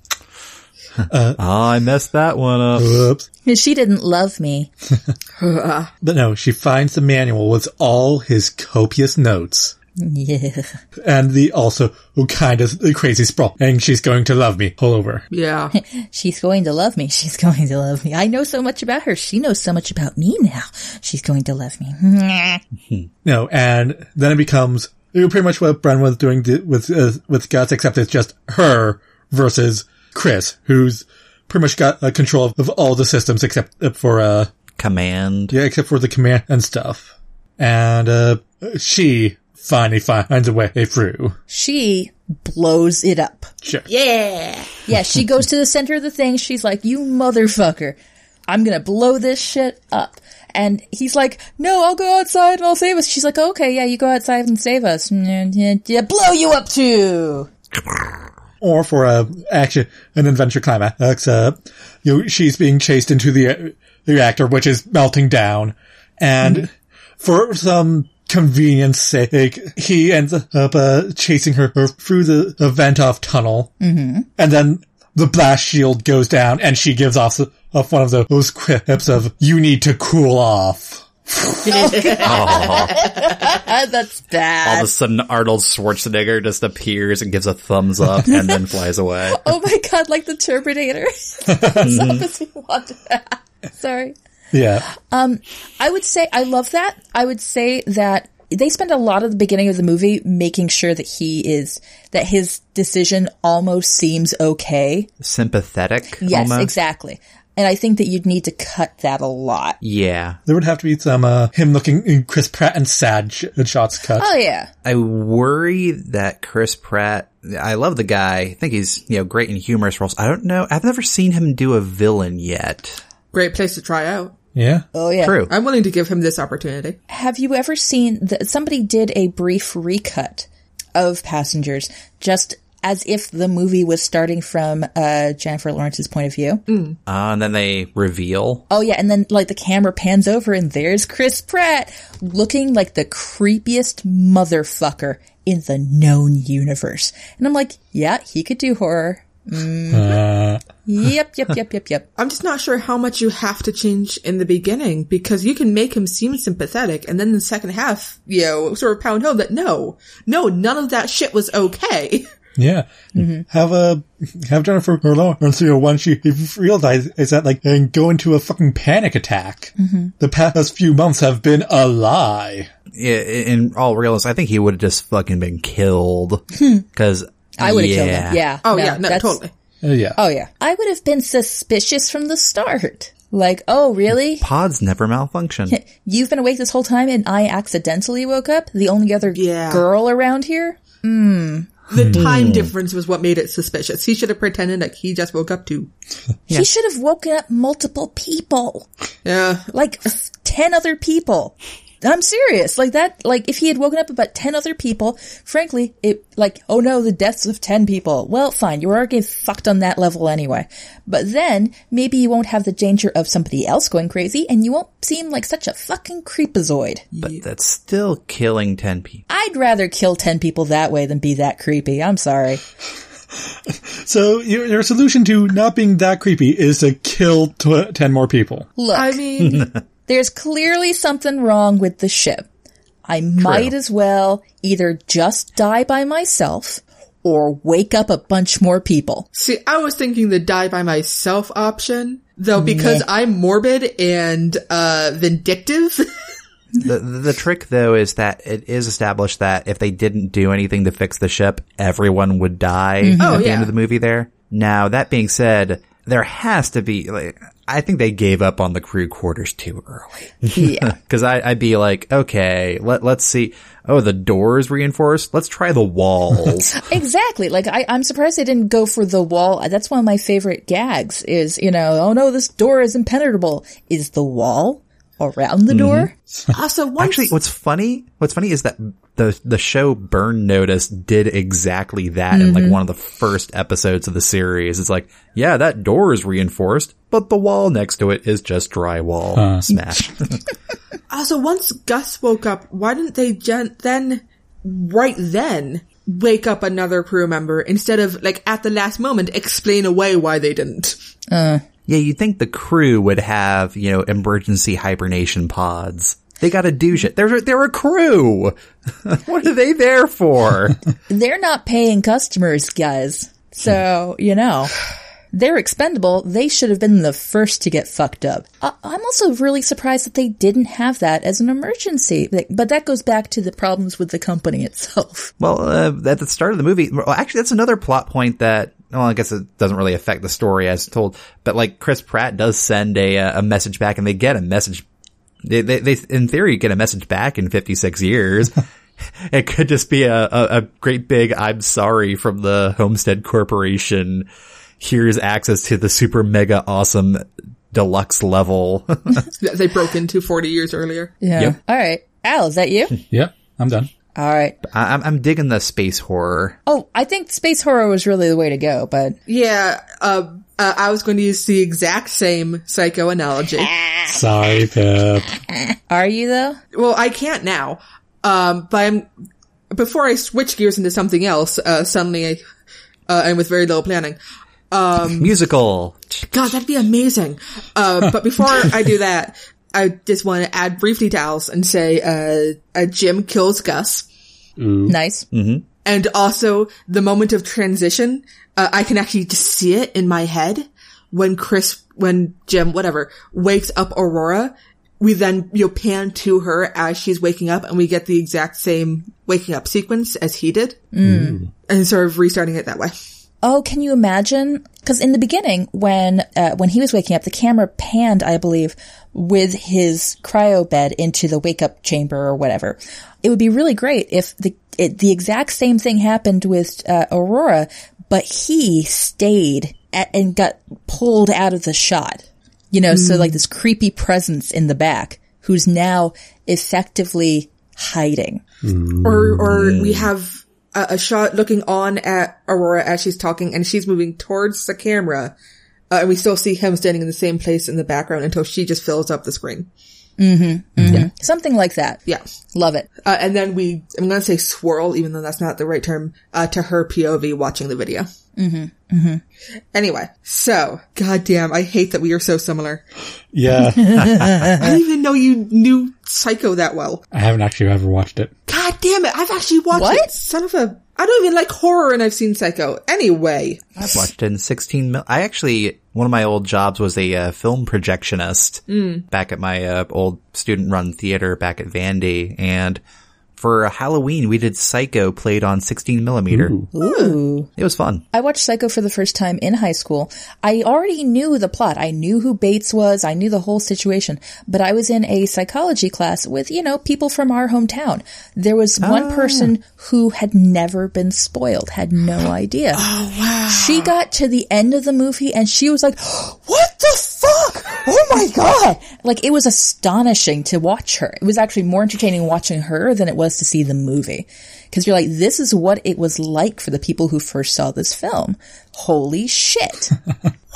Oh, I messed that one up. Oops. She didn't love me. But no, she finds the manual with all his copious notes. Yeah. And the also kind of crazy sprawl. And she's going to love me all over. Yeah. She's going to love me. She's going to love me. I know so much about her. She knows so much about me now. She's going to love me. Mm-hmm. No, and then it becomes you know, pretty much what Bren was doing di- with uh, with Guts, except it's just her versus Chris, who's pretty much got uh, control of all the systems except uh, for uh Command. yeah, except for the command and stuff. And uh she finally finds a way through. She blows it up. Sure. Yeah. Yeah, she goes to the center of the thing. She's like, you motherfucker. I'm going to blow this shit up. And he's like, no, I'll go outside and I'll save us. She's like, okay, yeah, you go outside and save us. Yeah, blow you up too. Or for a action an adventure climax, uh, you know, she's being chased into the uh, the reactor, which is melting down, and for some convenience sake, he ends up uh, chasing her through the uh, Ventoff tunnel, mm-hmm. and then the blast shield goes down, and she gives off, off one of those, those quips of "You need to cool off." Ah, that's All bad. of a sudden, Arnold Schwarzenegger just appears and gives a thumbs up and then flies away. oh my god, like the Terminator. That's obviously what- Sorry. Yeah, I would say I love that. I would say that they spend a lot of the beginning of the movie making sure that he is that his decision almost seems okay. Sympathetic. Yes, almost. exactly. And I think that you'd need to cut that a lot. Yeah. there would have to be some uh, him looking Chris Pratt and sad sh- shots cut. Oh yeah. I worry that Chris Pratt, I love the guy. I think he's, you know, great in humorous roles. I don't know. I've never seen him do a villain yet. Great place to try out. Yeah, Oh yeah. True. I'm willing to give him this opportunity. Have you ever seen that somebody did a brief recut of Passengers just as if the movie was starting from uh, Jennifer Lawrence's point of view? Uh, and then they reveal. Oh yeah, and then like the camera pans over and there's Chris Pratt looking like the creepiest motherfucker in the known universe. And I'm like, yeah, he could do horror. Uh, Mm. yep, yep, yep, yep, yep. I'm just not sure how much you have to change in the beginning because you can make him seem sympathetic and then the second half, you know, sort of pound home that no, no, none of that shit was okay. Yeah. Mm-hmm. Have a have Jennifer Lawrence you know, once oh she realizes is that like and go into a fucking panic attack. Mm-hmm. The past few months have been a lie. I- In all realness, I think he would have just fucking been killed. Cause Hmm. I would have killed him. Yeah. Oh yeah, no, that's- totally. Uh, yeah. Oh yeah. I would have been suspicious from the start. Like, oh really? Pods never malfunction. You've been awake this whole time and I accidentally woke up? The only other Yeah. girl around here? The time difference was what made it suspicious. He should have pretended that he just woke up to, He should have woken up multiple people. yeah, Like 10 other people. I'm serious. Like that, like if he had woken up about 10 other people, frankly, it, like, oh no, the deaths of 10 people. Well, fine. You already fucked on that level anyway. But then maybe you won't have the danger of somebody else going crazy and you won't seem like such a fucking creepazoid. But that's still killing 10 people. I'd rather kill 10 people that way than be that creepy. I'm sorry. So your, your solution to not being that creepy is to kill tw- 10 more people. Look. I mean, There's clearly something wrong with the ship. I might as well either just die by myself or wake up a bunch more people. see, I was thinking the die by myself option, though, because I'm morbid and uh vindictive. The, the the trick though is that it is established that if they didn't do anything to fix the ship, everyone would die at Oh, the end yeah. of the movie there. Now, that being said, there has to be, like, I think they gave up on the crew quarters too early. Yeah. Cause I, I'd be like, okay, let, let's see. Oh, the doors reinforced. Let's try the walls. exactly. Like I, I'm surprised they didn't go for the wall. That's one of my favorite gags is, you know, oh no, this door is impenetrable. Is the wall around the door? also, one Actually, what's funny, what's funny is that the, the show Burn Notice did exactly that in like one of the first episodes of the series. It's like, yeah, that door is reinforced, but the wall next to it is just drywall smash. Also, once Gus woke up, why didn't they gen- then, right then, wake up another crew member instead of, like, at the last moment, explain away why they didn't? yeah, you'd think the crew would have, you know, emergency hibernation pods. They gotta do shit. They're, they're a crew. what are they there for? They're not paying customers, guys. So, you know, they're expendable. They should have been the first to get fucked up. I- I'm also really surprised that they didn't have that as an emergency. Like, But that goes back to the problems with the company itself. Well, uh, at the start of the movie, well, actually, that's another plot point that, well, I guess it doesn't really affect the story as told, but like Chris Pratt does send a, uh, a message back and they get a message. They, they, they, in theory, get a message back in 56 years. it could just be a, a, a great big I'm sorry from the Homestead Corporation. Here's access to the super mega awesome deluxe level. That they broke into 40 years earlier. Yeah. Yep. All right. Al, is that you? Yep, I'm done. All right. I, I'm, I'm digging the space horror. Oh, I think space horror was really the way to go, but Yeah, uh, uh, I was going to use the exact same psycho analogy. Sorry, Pip. are you though? well, I can't now. Um, but I'm, before I switch gears into something else, uh, suddenly, I, uh, and with very little planning, Musical. God, that'd be amazing. Uh, but before I do that, I just want to add brief details and say, uh, uh, Jim kills Gus. Nice. And also the moment of transition, uh, I can actually just see it in my head when Chris, when Jim, whatever, wakes up Aurora. We then, you know, pan to her as she's waking up and we get the exact same waking up sequence as he did. And sort of restarting it that way. Oh, can you imagine? Because in the beginning, when uh, when he was waking up, the camera panned, I believe, with his cryo bed into the wake up chamber or whatever. It would be really great if the it, the exact same thing happened with uh, Aurora, but he stayed at, and got pulled out of the shot. You know, so like this creepy presence in the back who's now effectively hiding. or or we have a, a shot looking on at Aurora as she's talking, and she's moving towards the camera, uh, and we still see him standing in the same place in the background until she just fills up the screen. Something like that. Yeah, Love it. uh, and then we I'm gonna say swirl, even though that's not the right term, uh, to her POV watching the video. Mm-hmm. Mm-hmm. Anyway, so goddamn, I hate that we are so similar. Yeah, I didn't even know you knew Psycho that well. I haven't actually ever watched it. God damn it, I've actually watched What? it. Son of a. I don't even like horror, and I've seen Psycho. Anyway. I've watched it in 16 mil. I actually, one of my old jobs was a uh, film projectionist Mm. back at my uh, old student run theater back at Vandy. And for Halloween, we did Psycho played on 16 millimeter. Ooh. It was fun. I watched Psycho for the first time in high school. I already knew the plot. I knew who Bates was. I knew the whole situation, but I was in a psychology class with, you know, people from our hometown. There was one person who had never been spoiled, had no idea. Oh, wow. She got to the end of the movie and she was like, what the fuck! Oh my god! Like, it was astonishing to watch her. It was actually more entertaining watching her than it was to see the movie. Cause you're like, this is what it was like for the people who first saw this film. Holy shit.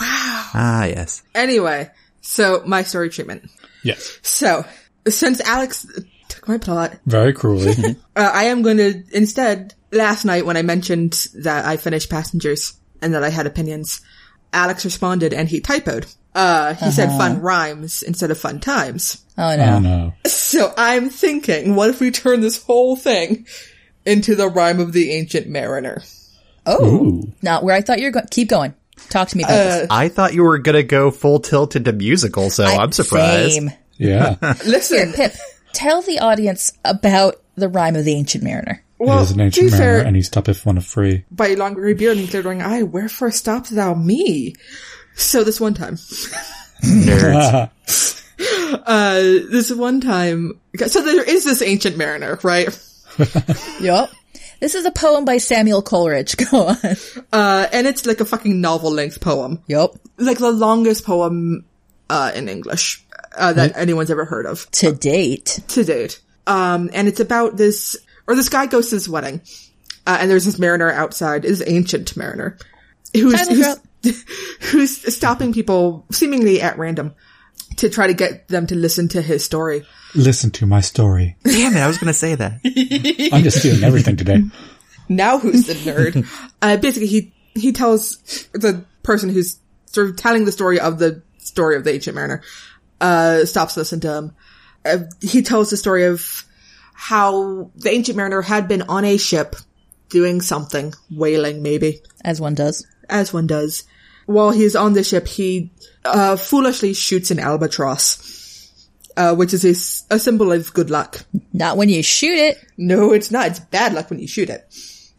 Ah, yes. Anyway, so my story treatment. Yes. So, since Alex took my plot, Very cruelly. uh, I am going to instead. Last night, when I mentioned that I finished Passengers and that I had opinions, Alex responded and he typoed. Uh, he said "fun rhymes" instead of "fun times." Oh no. oh no. So I'm thinking, what if we turn this whole thing into the rhyme of the ancient mariner? Oh. Ooh. Not where I thought you were going. Keep going. Talk to me about this. I thought you were gonna go full tilt into musical, so I, am Oh, surprised. Same. Yeah. Listen, Pip, tell the audience about the rhyme of the ancient mariner. well, it is to an be ancient fair, mariner, and he stoppeth one of three. by longer beard and glittering eye, wherefore stopped thou me? So this one time, Nerds. Ah, uh, this one time, so there is this ancient mariner, right? Yup. This is a poem by Samuel Coleridge. Go on. Uh, and it's like a fucking novel length poem. Yup. Like the longest poem, uh, in English, uh, that anyone's ever heard of To date. to date. Um, and it's about this, or this guy goes to his wedding, uh, and there's this mariner outside, this ancient mariner, who's, Tyler who's, who's stopping people seemingly at random to try to get them to listen to his story. listen to my story. Damn it, I was gonna say that. I'm just stealing everything today. Now who's the nerd? uh, basically, he he tells the person who's sort of telling the story of the story of the ancient mariner. Uh, stops to listen to him. Uh, he tells the story of how the ancient mariner had been on a ship doing something, whaling maybe, As one does. as one does. While he's on the ship, he uh, foolishly shoots an albatross, uh, which is a s a a symbol of good luck. Not when you shoot it. No, it's not. It's bad luck when you shoot it.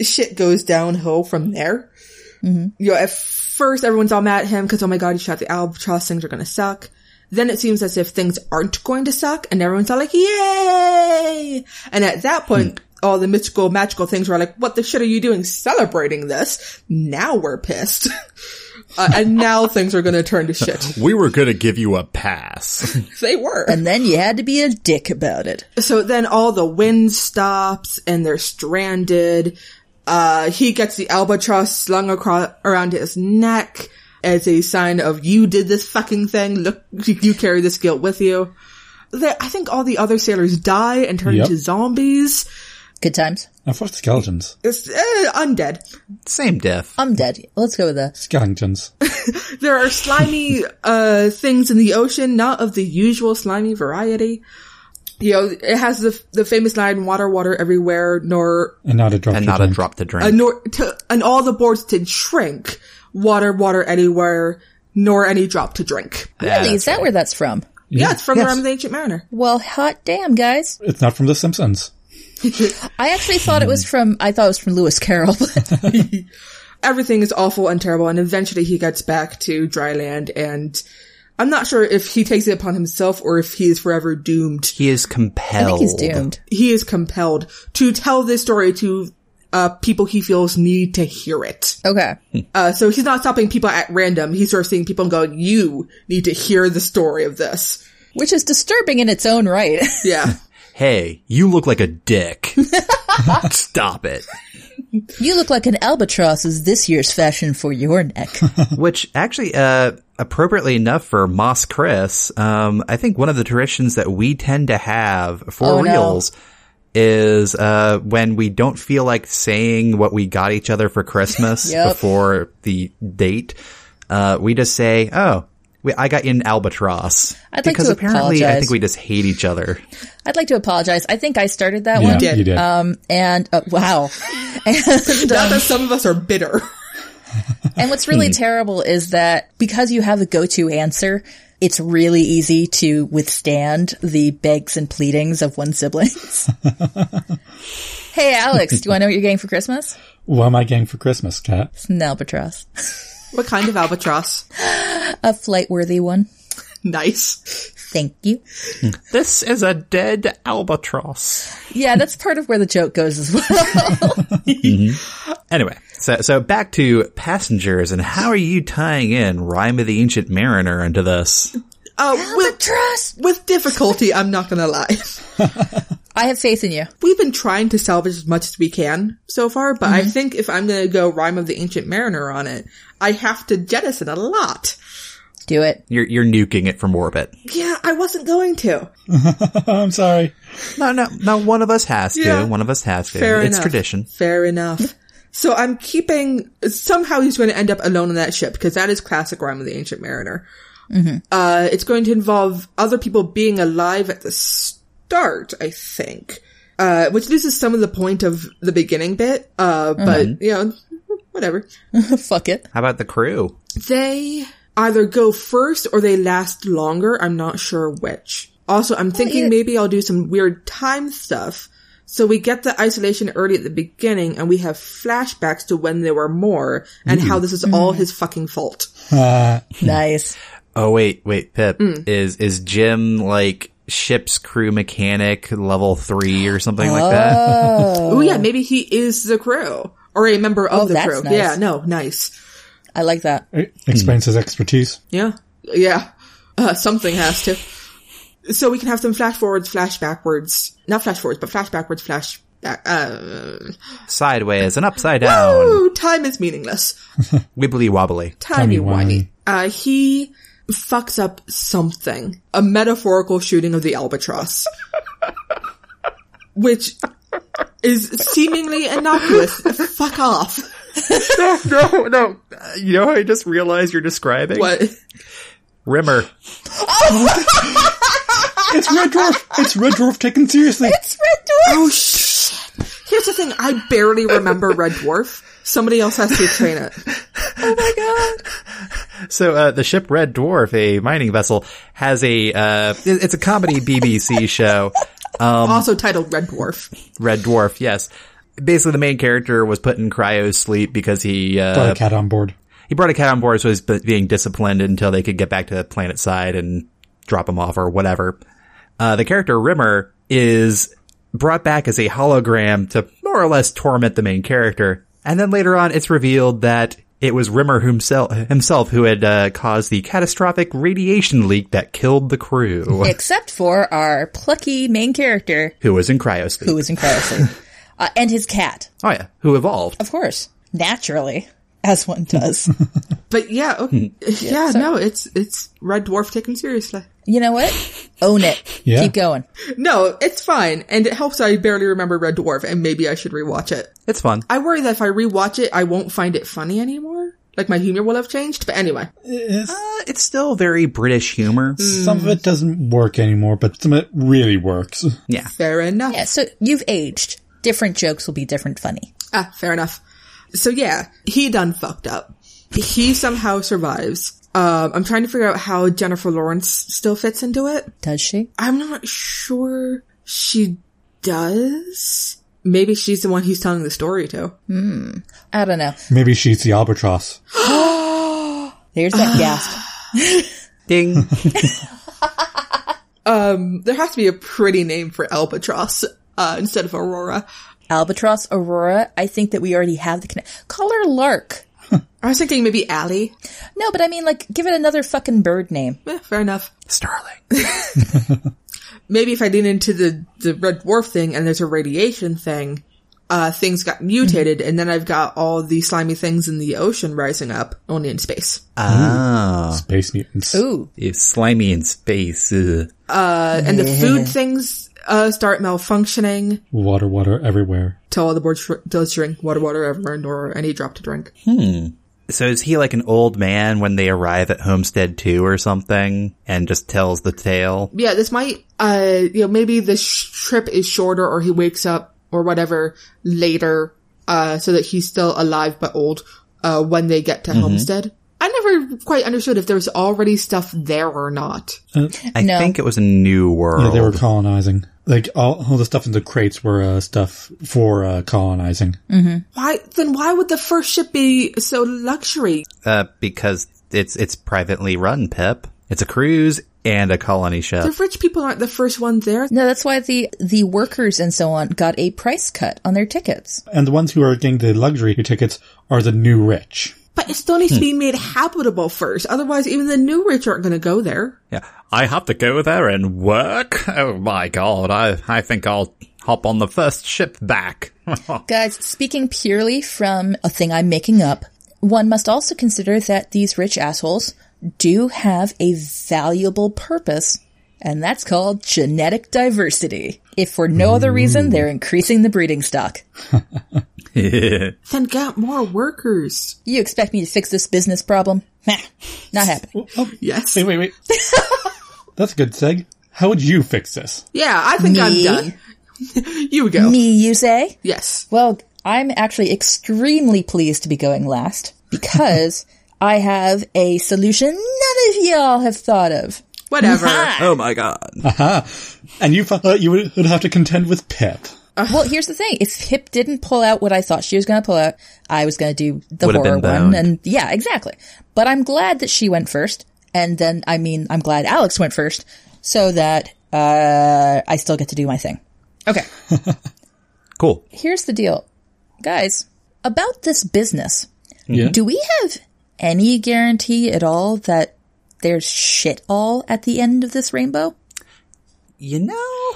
Shit goes downhill from there. You know, at first everyone's all mad at him because, oh my god, he shot the albatross, things are gonna suck. Then it seems as if things aren't going to suck and everyone's all like, yay! And at that point, all the mystical, magical things were like, what the shit are you doing celebrating this? Now we're pissed. uh, and now things are gonna turn to shit. We were gonna give you a pass. They were. And then you had to be a dick about it. So then all the wind stops and they're stranded. Uh, he gets the albatross slung across around his neck as a sign of you did this fucking thing. Look, you carry this guilt with you. They, I think all the other sailors die and turn Yep. into zombies. Good times. Of course, skeletons. It's uh, undead. Same diff. I'm dead. Let's go with the Skeletons. There are slimy, uh, things in the ocean, not of the usual slimy variety. You know, it has the, the famous line, water, water everywhere, nor And not a drop. and to not a drink. drop to drink. uh, nor to, and all the boards did shrink. Water, water anywhere, nor any drop to drink. Really? Is that where that's from? Yeah, it's from the Yes. Realm of the Ancient Mariner. Well, hot damn, guys. It's not from The Simpsons. I actually thought it was from, I thought it was from Lewis Carroll. Everything is awful and terrible, and eventually he gets back to dry land, and I'm not sure if he takes it upon himself or if he is forever doomed. He is compelled. I think he's doomed. He is compelled to tell this story to uh, people he feels need to hear it. Okay. Uh, so he's not stopping people at random. He's sort of seeing people and going, you need to hear the story of this. Which is disturbing in its own right. Yeah. Hey, you look like a dick. Stop it. you look like an albatross is this year's fashion for your neck. Which actually, uh, appropriately enough for Moss Chris, um, I think one of the traditions that we tend to have for Oh, no. reals is, uh, when we don't feel like saying what we got each other for Christmas Yep. before the date, uh, we just say, oh, we, I got you an albatross. I'd like because to apparently I apologize. think we just hate each other. I'd like to apologize. I think I started that yeah, one. did. you did. Um, and uh, wow. And, Not um, that some of us are bitter. and what's really terrible is that because you have a go-to answer, it's really easy to withstand the begs and pleadings of one's siblings. hey, Alex, do you want to know what you're getting for Christmas? what am I getting for Christmas, Cat? It's an albatross, What kind of albatross? a flight-worthy one. Nice. Thank you. This is a dead albatross. Yeah, that's part of where the joke goes as well. Anyway, so so back to passengers and how are you tying in Rhyme of the Ancient Mariner into this? Uh, with, Trust. with difficulty, I'm not gonna lie. I have faith in you. We've been trying to salvage as much as we can so far, but I think if I'm gonna go Rhyme of the Ancient Mariner on it, I have to jettison a lot. Do it. You're you're nuking it from orbit. Yeah, I wasn't going to. Oh, I'm sorry. No, no, no. One of us has Yeah. to. One of us has to. Fair it's enough. tradition. Fair enough. So I'm keeping, somehow he's going to end up alone on that ship, because that is classic Rhyme of the Ancient Mariner. Uh, it's going to involve other people being alive at the start, I think. Uh, which loses some of the point of the beginning bit, uh, but, you know, whatever. Fuck it. How about the crew? They either go first or they last longer. I'm not sure which. Also, I'm thinking it- maybe I'll do some weird time stuff. So we get the isolation early at the beginning and we have flashbacks to when there were more and how this is Hmm. all his fucking fault. Nice. Oh wait, wait, Pip is is Jim like ship's crew mechanic level three or something like that? Oh yeah, maybe he is the crew or a member of Oh, the that's crew. nice. Yeah, no, nice. I like that. It Hmm. explains his expertise. Yeah. Yeah. Uh, something has to. So we can have some flash forwards, flash backwards, not flash forwards, but flash backwards, flash back, uh, Sideways and upside down, Ooh, time is meaningless. wibbly wobbly. Timey wimey. wimey. Uh, he fucks up something. A metaphorical shooting of the albatross. which is seemingly innocuous. Fuck off. no, no, no. Uh, You know, what I just realized you're describing What? Oh, Rimmer. It's Red Dwarf. It's Red Dwarf taken seriously. It's Red Dwarf. Oh shit. Here's the thing, I barely remember Red Dwarf. Somebody else has to train it. So uh, the ship Red Dwarf, a mining vessel, has a uh, it- it's a comedy BBC show. also titled Red Dwarf. Red Dwarf, yes. Basically, the main character was put in cryo sleep because he Got uh, a cat on board. he brought a cat on board, so he's be- being disciplined until they could get back to planet side and drop him off or whatever. Uh, the character Rimmer is brought back as a hologram to more or less torment the main character, and then later on, it's revealed that it was Rimmer himself himself who had uh, caused the catastrophic radiation leak that killed the crew, Except for our plucky main character, who was in cryo sleep. who is incredible, uh, and his cat, Oh yeah, who evolved. of course, naturally, as one does. But yeah, okay. yeah, no, it's it's Red Dwarf taken seriously. you know what? Own it. Yeah. Keep going. No, it's fine, and it helps. I barely remember Red Dwarf, and maybe I should rewatch it. It's fun. I worry that if I rewatch it, I won't find it funny anymore. Like my humor will have changed. But anyway, Uh, it's still very British humor. Hmm. Some of it doesn't work anymore, but some of it really works. Mm. fair enough. Yeah, so you've aged. Different jokes will be different funny. Ah, fair enough. So yeah, he done fucked up. He somehow survives. Um, I'm trying to figure out how Jennifer Lawrence still fits into it. Does she? I'm not sure she does. Maybe she's the one he's telling the story to. I don't know. Maybe she's the albatross. There's that gasp. Ding. There has to be a pretty name for albatross uh, instead of aurora. Albatross, Aurora, I think that we already have the connect. Call her Lark. I was thinking maybe Allie. No, but I mean, like, give it another fucking bird name. Eh, fair enough. Starling. Maybe if I lean into the the red dwarf thing and there's a radiation thing, uh, things got mutated, and then I've got all the slimy things in the ocean rising up, only in space. Ah. Space mutants. Ooh. It's slimy in space. Ugh. Uh, and the food things uh, start malfunctioning. Water, water everywhere. Till all the board shr- does shrink, water, water everywhere, nor any drop to drink. So is he like an old man when they arrive at Homestead 2 or something and just tells the tale? yeah, this might, uh, you know, maybe the sh- trip is shorter or he wakes up or whatever later, uh, so that he's still alive but old, uh, when they get Mm-hmm. to Homestead. I never quite understood if there was already stuff there or not. I No. think it was a new Yeah, world. they were colonizing. Like all, all the stuff in the crates were uh, stuff for uh, colonizing. Why, then why would the first ship be so luxury? uh, because it's, it's privately run, Pip. It's a cruise and a colony The chef. rich people aren't the first ones there. No, that's why the, the workers and so on got a price cut on their tickets. And the ones who are getting the luxury tickets are the new rich. But it still needs to Hmm. be made habitable first. Otherwise, even the new rich aren't going to go there. Yeah. I have to go there and work. Oh my god, I, I think I'll hop on the first ship back. Guys, speaking purely from a thing I'm making up, one must also consider that these rich assholes do have a valuable purpose, and that's called genetic diversity. If for no other reason, they're increasing the breeding stock. Then get more workers. You expect me to fix this business problem? Nah, not happening. Yes. Oh, Wait, wait, wait. That's a good seg. How would you fix this? Yeah, I think I'm Me? done. you go. Me, you say? Yes. Well, I'm actually extremely pleased to be going last because I have a solution none of y'all have thought of. Whatever. oh my god. And you fo- uh, you would, would have to contend with Pip. Well, here's the thing. If Hip didn't pull out what I thought she was going to pull out, I was going to do the Would have horror been one. boned. And yeah, exactly. But I'm glad that she went first. And then, I mean, I'm glad Alex went first so that, uh, I still get to do my thing. Okay. Cool. Here's the deal. Guys, about this business, Yeah. do we have any guarantee at all that there's shit all at the end of this rainbow? You know,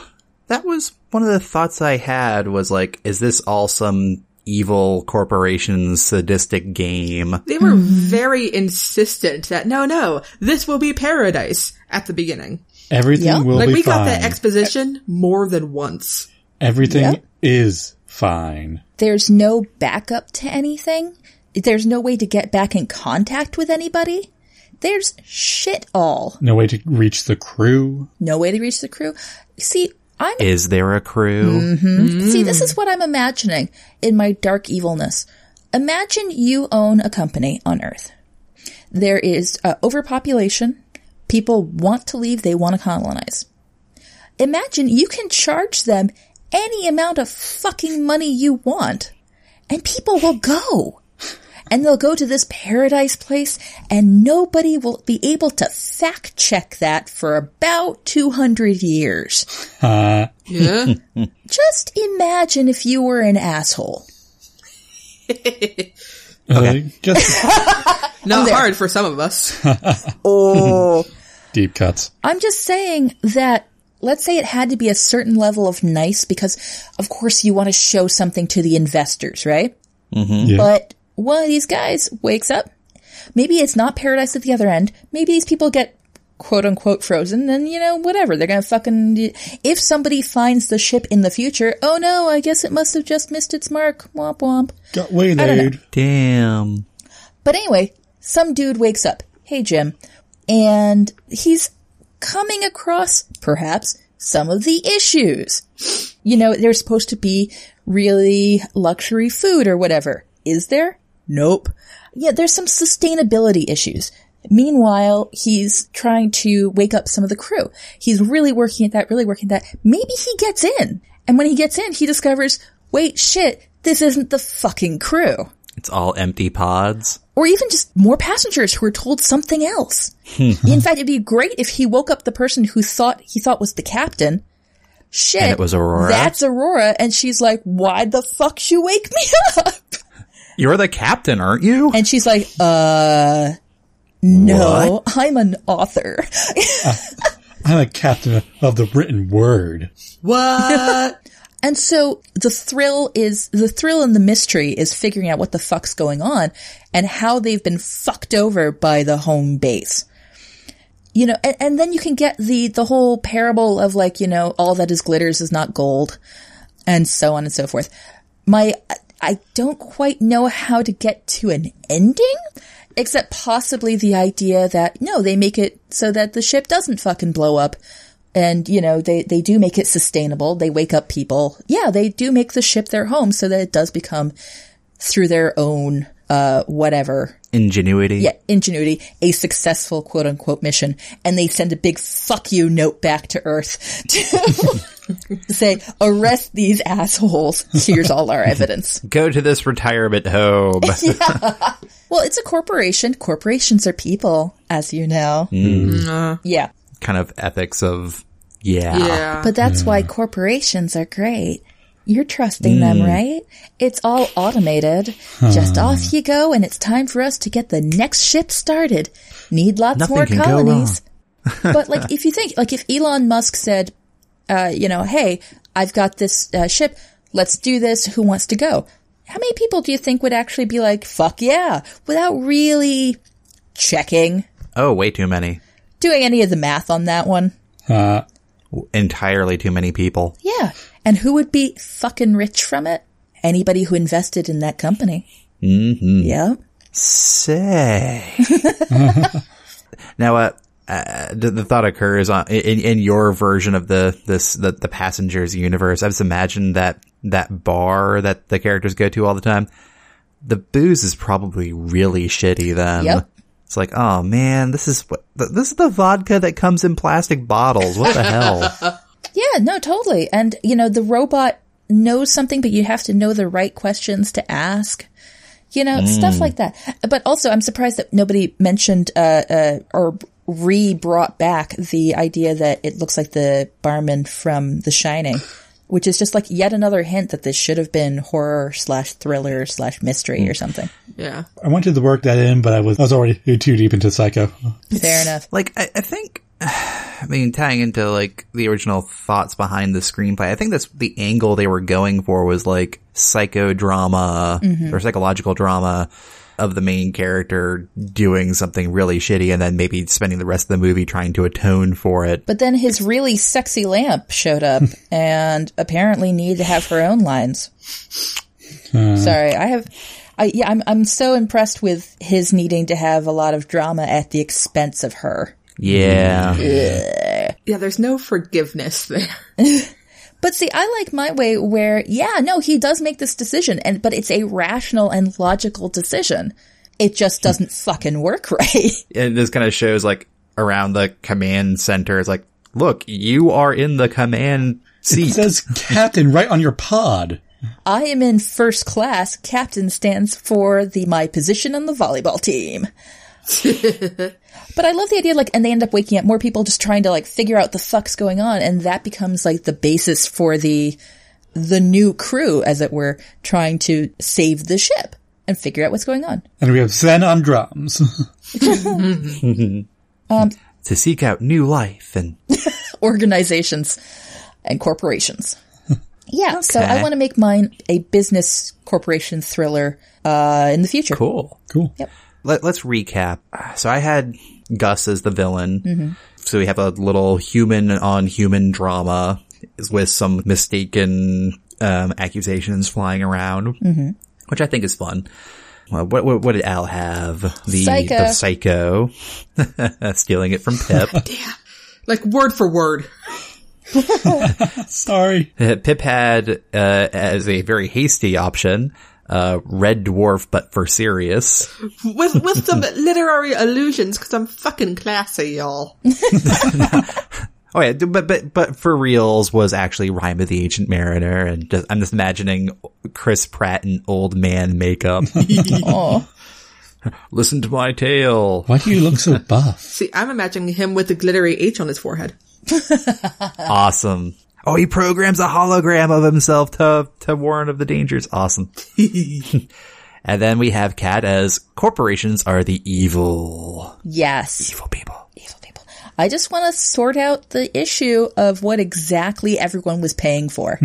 that was one of the thoughts I had was like, is this all some evil corporation's sadistic game? They were very insistent that no, no, this will be paradise at the beginning. Everything Yeah. will like be we fine. got that exposition more than once. Everything Yeah. is fine. There's no backup to anything. There's no way to get back in contact with anybody. There's shit all. No way to reach the crew. No way to reach the crew. See, I'm Is there a crew? see this is what I'm imagining in my dark evilness. Imagine you own a company on Earth. There is uh, overpopulation. People want to leave, they want to colonize. Imagine you can charge them any amount of fucking money you want and people will go. And they'll go to this paradise place and nobody will be able to fact check that for about 200 years. Uh, Yeah. Just imagine if you were an asshole. uh, just Not hard for some of us. deep cuts. I'm just saying that let's say it had to be a certain level of nice because of course you want to show something to the investors, right? Yeah. But one of these guys wakes up. Maybe it's not paradise at the other end. Maybe these people get quote unquote frozen and you know, whatever. They're going to fucking, if somebody finds the ship in the future, oh no, I guess it must have just missed its mark. Womp womp. Got way, don't know. dude. Damn. But anyway, some dude wakes up. Hey, Jim. And he's coming across, perhaps, some of the issues. You know, there's supposed to be really luxury food or whatever. Is there? Nope. Yeah, there's some sustainability issues. Meanwhile, he's trying to wake up some of the crew. He's really working at that, really working at that. Maybe he gets in. And when he gets in, he discovers, wait, shit, this isn't the fucking crew It's all empty pods. or even just more passengers who were told something else. Hmm. In fact, it'd be great if he woke up the person who thought he thought was the captain. Shit, And it was Aurora? That's Aurora, and she's like, "Why the fuck you wake me up?" You're the captain, aren't you? And she's like, "Uh, no, I'm an author." I'm a captain of the written word. What? And so the thrill is the thrill and the mystery is figuring out what the fuck's going on and how they've been fucked over by the home base. You know, and, and then you can get the the whole parable of like, you know, all that is glitters is not gold and so on and so forth. My I don't quite know how to get to an ending except possibly the idea that no, they make it so that the ship doesn't fucking blow up and you know they they do make it sustainable they wake up people yeah they do make the ship their home so that it does become through their own uh whatever Ingenuity. yeah ingenuity a successful quote unquote mission and they send a big fuck you note back to earth to say arrest these assholes here's all our evidence Go to this retirement home. well it's a corporation corporations are people as you know yeah kind of ethics of, yeah. Yeah. But that's why corporations are great. You're trusting them, Mm. right? It's all automated. Just off you go, and it's time for us to get the next ship started. Need lots Nothing more can go colonies. but like, if you think, like, if Elon Musk said, uh, you know, hey, I've got this uh, ship. Let's do this. Who wants to go? How many people do you think would actually be like, fuck yeah, without really checking, Oh, way too many. doing any of the math on that one? Uh, Entirely too many people. Yeah. And who would be fucking rich from it? Anybody who invested in that company. Mm-hmm. Yeah. Say. now, uh, uh, the, the thought occurs on, in, in your version of the, this, the, the passengers universe. I just imagine that, that bar that the characters go to all the time. The booze is probably really shitty then. Yep. It's like, oh man, this is what, th- this is the vodka that comes in plastic bottles. What the hell? Yeah, no, totally. And, you know, the robot knows something, but you have to know the right questions to ask. You know, stuff like that. But also, I'm surprised that nobody mentioned uh, uh, or re brought back the idea that it looks like the barman from The Shining, which is just like yet another hint that this should have been horror slash thriller slash mystery or something. yeah. I wanted to work that in, but I was I was already too deep into Psycho. Fair enough. like I, I think I mean tying into like the original thoughts behind the screenplay I think that's the angle they were going for was like psychodrama or psychological drama of the main character doing something really shitty and then maybe spending the rest of the movie trying to atone for it But then his really sexy lamp showed up and apparently needed to have her own lines. Sorry, I have. I, yeah, I'm, I'm so impressed with his needing to have a lot of drama at the expense of her. yeah Mm-hmm. Yeah, there's no forgiveness there. But see, I like my way where, yeah, no, he does make this decision, and but it's a rational and logical decision. It just doesn't fucking work right. and this kind of shows like around the command center it's like look you are in the command It seat says Captain right on your pod. I am in first class. Captain stands for the my position on the volleyball team. but I love the idea, like, and they end up waking up more people just trying to like figure out the fuck's going on, and that becomes like the basis for the the new crew, as it were, trying to save the ship and figure out what's going on. And we have Zen on drums. to seek out new life and organizations and corporations. Yeah, so I Okay. want to make mine a business corporation thriller uh, in the future. cool cool. let, us recap. So I had Gus as the villain. So we have a little human on human drama with some mistaken um, accusations flying around, which I think is fun. Well, what, what, what did Al have? The Psycho. the psycho stealing it from Pip. Like word for word. Sorry. Pip had uh, as a very hasty option. Uh, red dwarf, but for serious. With with some literary allusions, because I'm fucking classy, y'all. Oh yeah, but but but for reals was actually Rhyme of the Ancient Mariner, and just, I'm just imagining Chris Pratt in old man makeup. Oh, Listen to my tale. Why do you look so buff? See, I'm imagining him with the glittery H on his forehead. Awesome. Oh, he programs a hologram of himself to to warn of the dangers. Awesome. and then we have Kat as corporations are the evil yes, evil people. evil people. I just want to sort out the issue of what exactly everyone was paying for.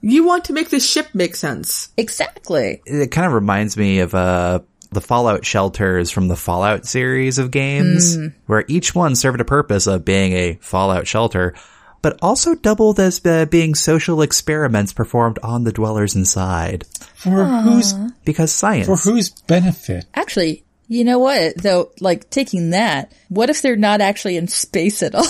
You want to make this ship make sense. exactly. It kind of reminds me of uh the Fallout shelters from the Fallout series of games, Hmm. where each one served a purpose of being a Fallout shelter, but also doubled as uh, being social experiments performed on the dwellers inside. For whose Because science. for whose benefit? Actually, you know what though? Like taking that. What if they're not actually in space at all?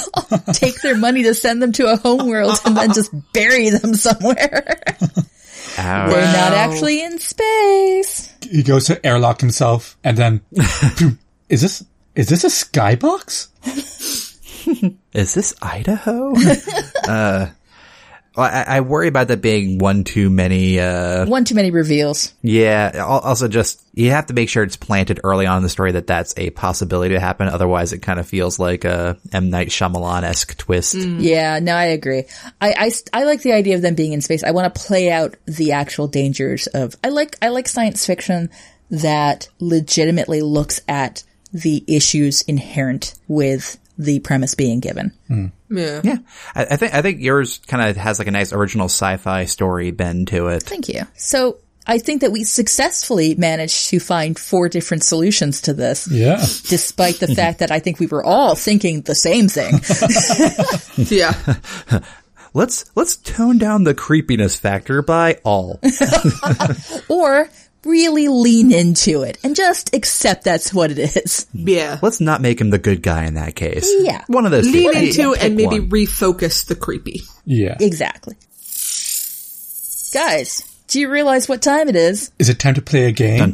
Take their money to send them to a homeworld and then just bury them somewhere. Ouch. They're not Wow. actually in space. He goes to airlock himself and then is this is this a skybox? Is this Idaho? uh, Well, I, I worry about that being one too many. Uh, One too many reveals. yeah. al- Also, just you have to make sure it's planted early on in the story that that's a possibility to happen. Otherwise, it kind of feels like a M Night Shyamalan esque twist. Mm-hmm. Yeah, no, I agree. I, I, st- I like the idea of them being in space. I want to play out the actual dangers of. I like I like science fiction that legitimately looks at the issues inherent with the premise being given. Yeah. Yeah, I, I think I think yours kind of has like a nice original sci-fi story bend to it. Thank you. So I think that we successfully managed to find four different solutions to this, Yeah. despite the fact that I think we were all thinking the same thing. Yeah. Let's let's tone down the creepiness factor by all. or really lean into it and just accept that's what it is. Yeah. let's not make him the good guy in that case. Yeah. one of those. two. Lean Pick- into pick and maybe one. refocus the creepy. Yeah. Exactly. Guys, do you realize what time it is? Is it time to play a game? Dun,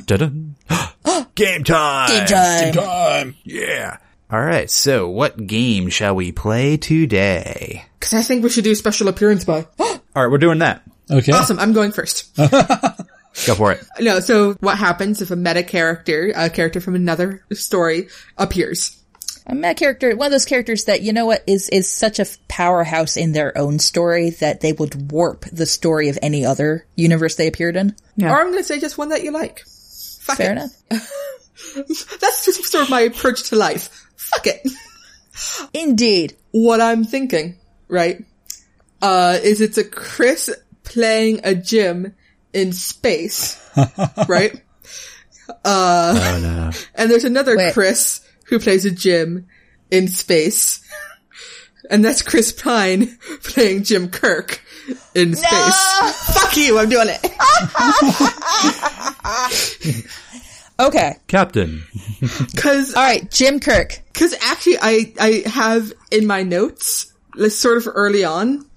dun, dun. game time. Time. Time. Yeah. All right. So, what game shall we play today? Because I think we should do special appearance by. All right, we're doing that. Okay. awesome. I'm going first. Go for it. No, so what happens if a meta character, a character from another story, appears? I'm that character, one of those characters that you know what is is such a powerhouse in their own story that they would warp the story of any other universe they appeared in. Or I'm going to say just one that you like. Fuck Fair it. enough. That's just sort of my approach to life. Fuck it. Indeed. What I'm thinking, right, uh, is it's a Chris playing a gym in space, right? Uh, Oh no. And there's another Wait. Chris who plays a gym in space. And that's Chris Pine playing Jim Kirk in space. Fuck you, I'm doing it. Okay. Captain. Cause All right, Jim Kirk. Because actually, I I have in my notes, like sort of early on,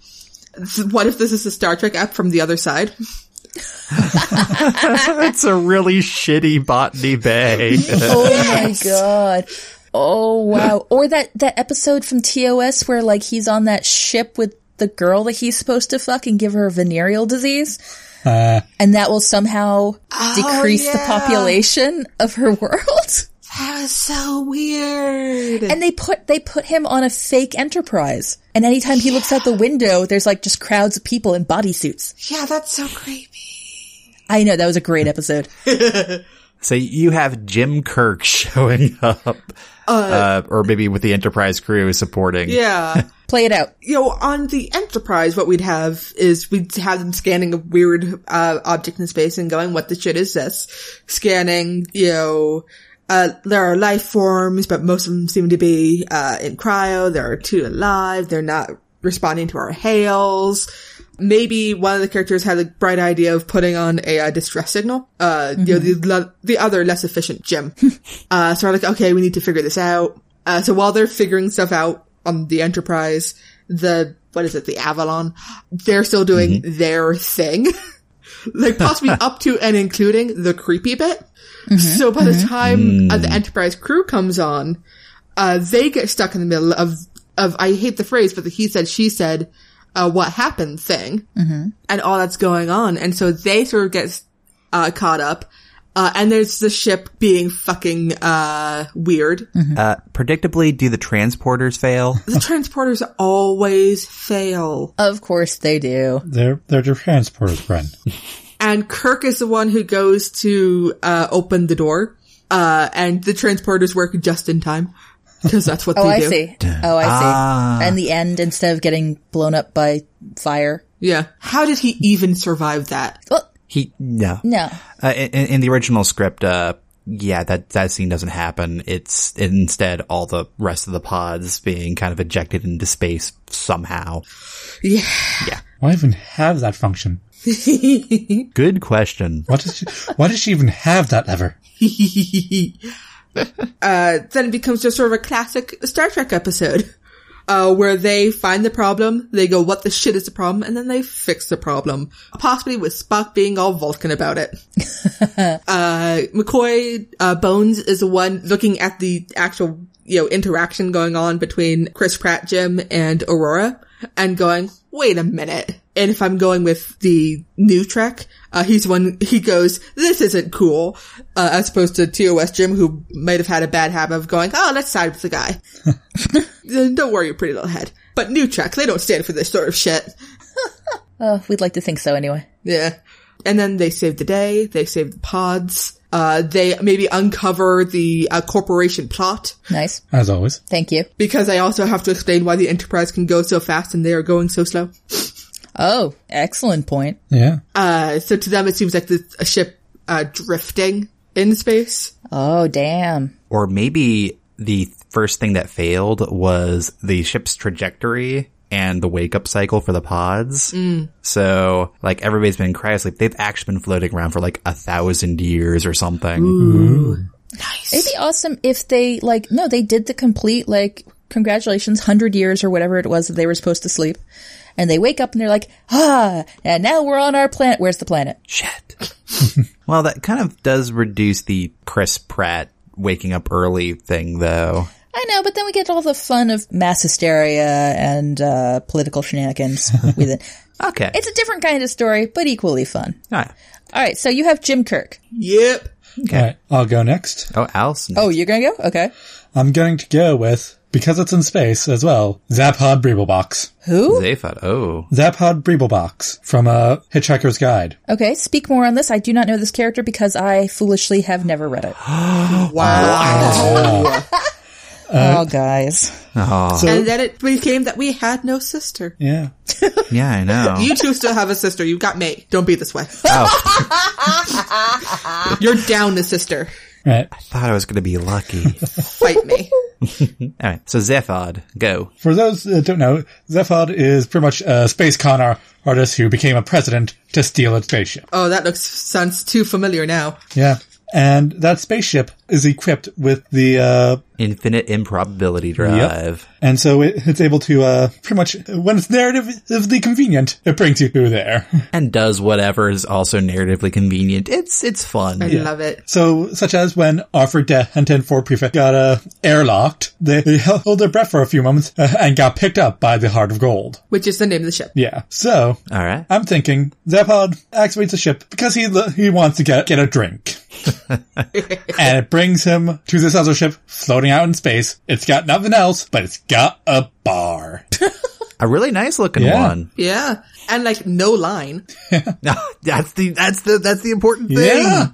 th- what if this is a Star Trek app from the other side? That's a really shitty Botany Bay. Oh my god. Oh wow. Or that that episode from TOS where like he's on that ship with the girl that he's supposed to fuck and give her venereal disease. and that will somehow decrease the population of her world. That was so weird. And they put they put him on a fake enterprise. And anytime he looks out the window, there's like just crowds of people in bodysuits. yeah, that's so creepy. I know that was a great episode. so you have Jim Kirk showing up, uh, or maybe with the Enterprise crew supporting. Yeah. Play it out. you know, on the Enterprise, what we'd have is we'd have them scanning a weird uh, object in space and going, "What the shit is this?" Scanning, you know, uh, there are life forms, but most of them seem to be uh, in cryo. There are two alive. They're not responding to our hails. Maybe one of the characters had a bright idea of putting on a uh, distress signal. Uh, you know, the, le- the other less efficient Jim. Uh, so we're like, okay, we need to figure this out. Uh, so while they're figuring stuff out on the Enterprise, the, what is it, the Avalon, they're still doing their thing. like possibly up to and including the creepy bit. So by the time uh, the Enterprise crew comes on, uh, they get stuck in the middle of, of, I hate the phrase, but the he said, she said, uh, what happened thing. And all that's going on. And so they sort of get, uh, caught up. Uh, and there's the ship being fucking, uh, weird. Uh, predictably, do the transporters fail? The transporters always fail. Of course they do. They're they're the transporters, friend. and Kirk is the one who goes to uh, open the door, uh, and the transporters work just in time because that's what Oh, they I do. see. Oh, I see. And the end, instead of getting blown up by fire. Yeah, how did he even survive that? Well, He no. no. Uh, in, in the original script, uh, yeah, that, that scene doesn't happen. It's instead all the rest of the pods being kind of ejected into space somehow. Yeah, Why even have that function? Good question. What does she, why does she even have that lever? uh, then it becomes just sort of a classic Star Trek episode. Uh, where they find the problem, they go, what the shit is the problem? And then they fix the problem. Possibly with Spock being all Vulcan about it. uh, McCoy, uh, Bones is the one looking at the actual, you know, interaction going on between Chris Pratt, Jim, and Aurora. and going, wait a minute. And if I'm going with the new Trek, uh, he's one, he goes, this isn't cool, uh, as opposed to TOS Jim, who might have had a bad habit of going, oh, let's side with the guy. Then don't worry, your pretty little head. But new Trek, they don't stand for this sort of shit. Uh, we'd like to think so anyway. Yeah. And then they save the day. They save the pods. Uh, they maybe uncover the uh, corporation plot Nice. As always. Thank you. because I also have to explain why the Enterprise can go so fast and they are going so slow. Oh, excellent point. Yeah. Uh, so to them, it seems like the, a ship uh, drifting in space. Oh, damn. Or maybe the first thing that failed was the ship's trajectory and the wake up cycle for the pods. Mm. So like everybody's been in cryosleep. They've actually been floating around for like a thousand years or something. It'd be awesome if they, like, no, they did the complete, like, congratulations, 100 years or whatever it was that they were supposed to sleep. And they wake up and they're like, ah, and now we're on our planet. Where's the planet? Shit. well, that kind of does reduce the Chris Pratt waking up early thing though. I know, but then we get all the fun of mass hysteria and uh, political shenanigans with it. Okay. It's a different kind of story, but equally fun. Ah. All right, so you have Jim Kirk. Yep. All right. I'll go next. Oh, Allison. Oh, you're gonna go? Okay. I'm going to go with, because it's in space as well, Zaphod Breeblebox. Who? Zaphod. Oh. Zaphod Breeblebox from uh, Hitchhiker's Guide. Okay, speak more on this. I do not know this character because I foolishly have never read it. Uh, Wow. oh, guys. So, And then it became that we had no sister. yeah. Yeah, I know. Oh, You two still have a sister. You've got me. Don't be this way. You're down the sister. Right. thought I was going to be lucky. Fight me. All right. So Zaphod, go. For those that don't know, Zephod is pretty much a space con ar- artist who became a president to steal a spaceship. Oh, that looks sounds too familiar now. Yeah. And that spaceship is equipped with the, uh, Infinite improbability drive. and so it, it's able to, uh, pretty much, when it's narratively convenient, it brings you through there. and does whatever is also narratively convenient. It's it's fun. I love it. So, such as when Arthur De and 10-4 Prefect got uh, airlocked, they, they held their breath for a few moments uh, and got picked up by the Heart of Gold. Which is the name of the ship. Yeah. So, All right. I'm thinking Zepod activates the ship because he he wants to get get a drink. and it brings him to this other ship floating out in space. It's got nothing else, but it's got a bar. A really nice looking Yeah. one. Yeah. And like no line. that's the that's the that's the important thing. yeah.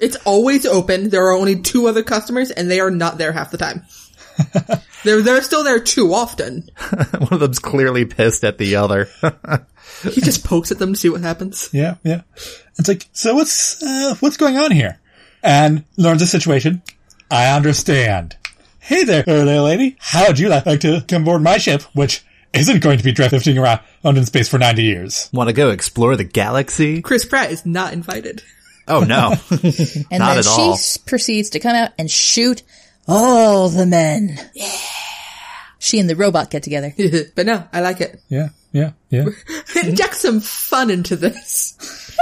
It's always open. There are only two other customers and they are not there half the time. they're they're still there too often. one of them's clearly pissed at the other. He just pokes at them to see what happens. Yeah, yeah. It's like, so what's uh, what's going on here? And learns the situation. I understand. Hey there, little lady. How would you like to come aboard my ship, which isn't going to be drifting around in space for ninety years? Want to go explore the galaxy? Chris Pratt is not invited. Oh no. And Not then at she all. s- proceeds to come out and shoot all the men. Yeah. She and the robot get together. but no, I like it. Yeah, yeah, yeah. Inject some fun into this.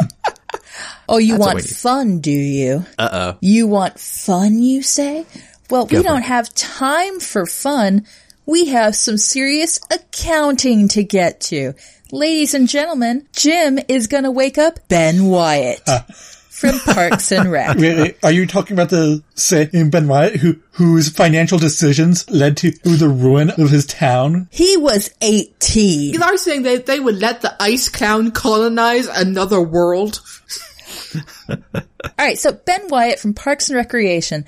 Oh, you a want way to- fun, do you? Uh oh. You want fun, you say? Well, we don't have time for fun. We have some serious accounting to get to. Ladies and gentlemen, Jim is gonna wake up Ben Wyatt from Parks and Rec. Wait, wait, are you talking about the same Ben Wyatt who whose financial decisions led to the ruin of his town? He was 18. You are saying that they would let the ice clown colonize another world. All right, so Ben Wyatt from Parks and Recreation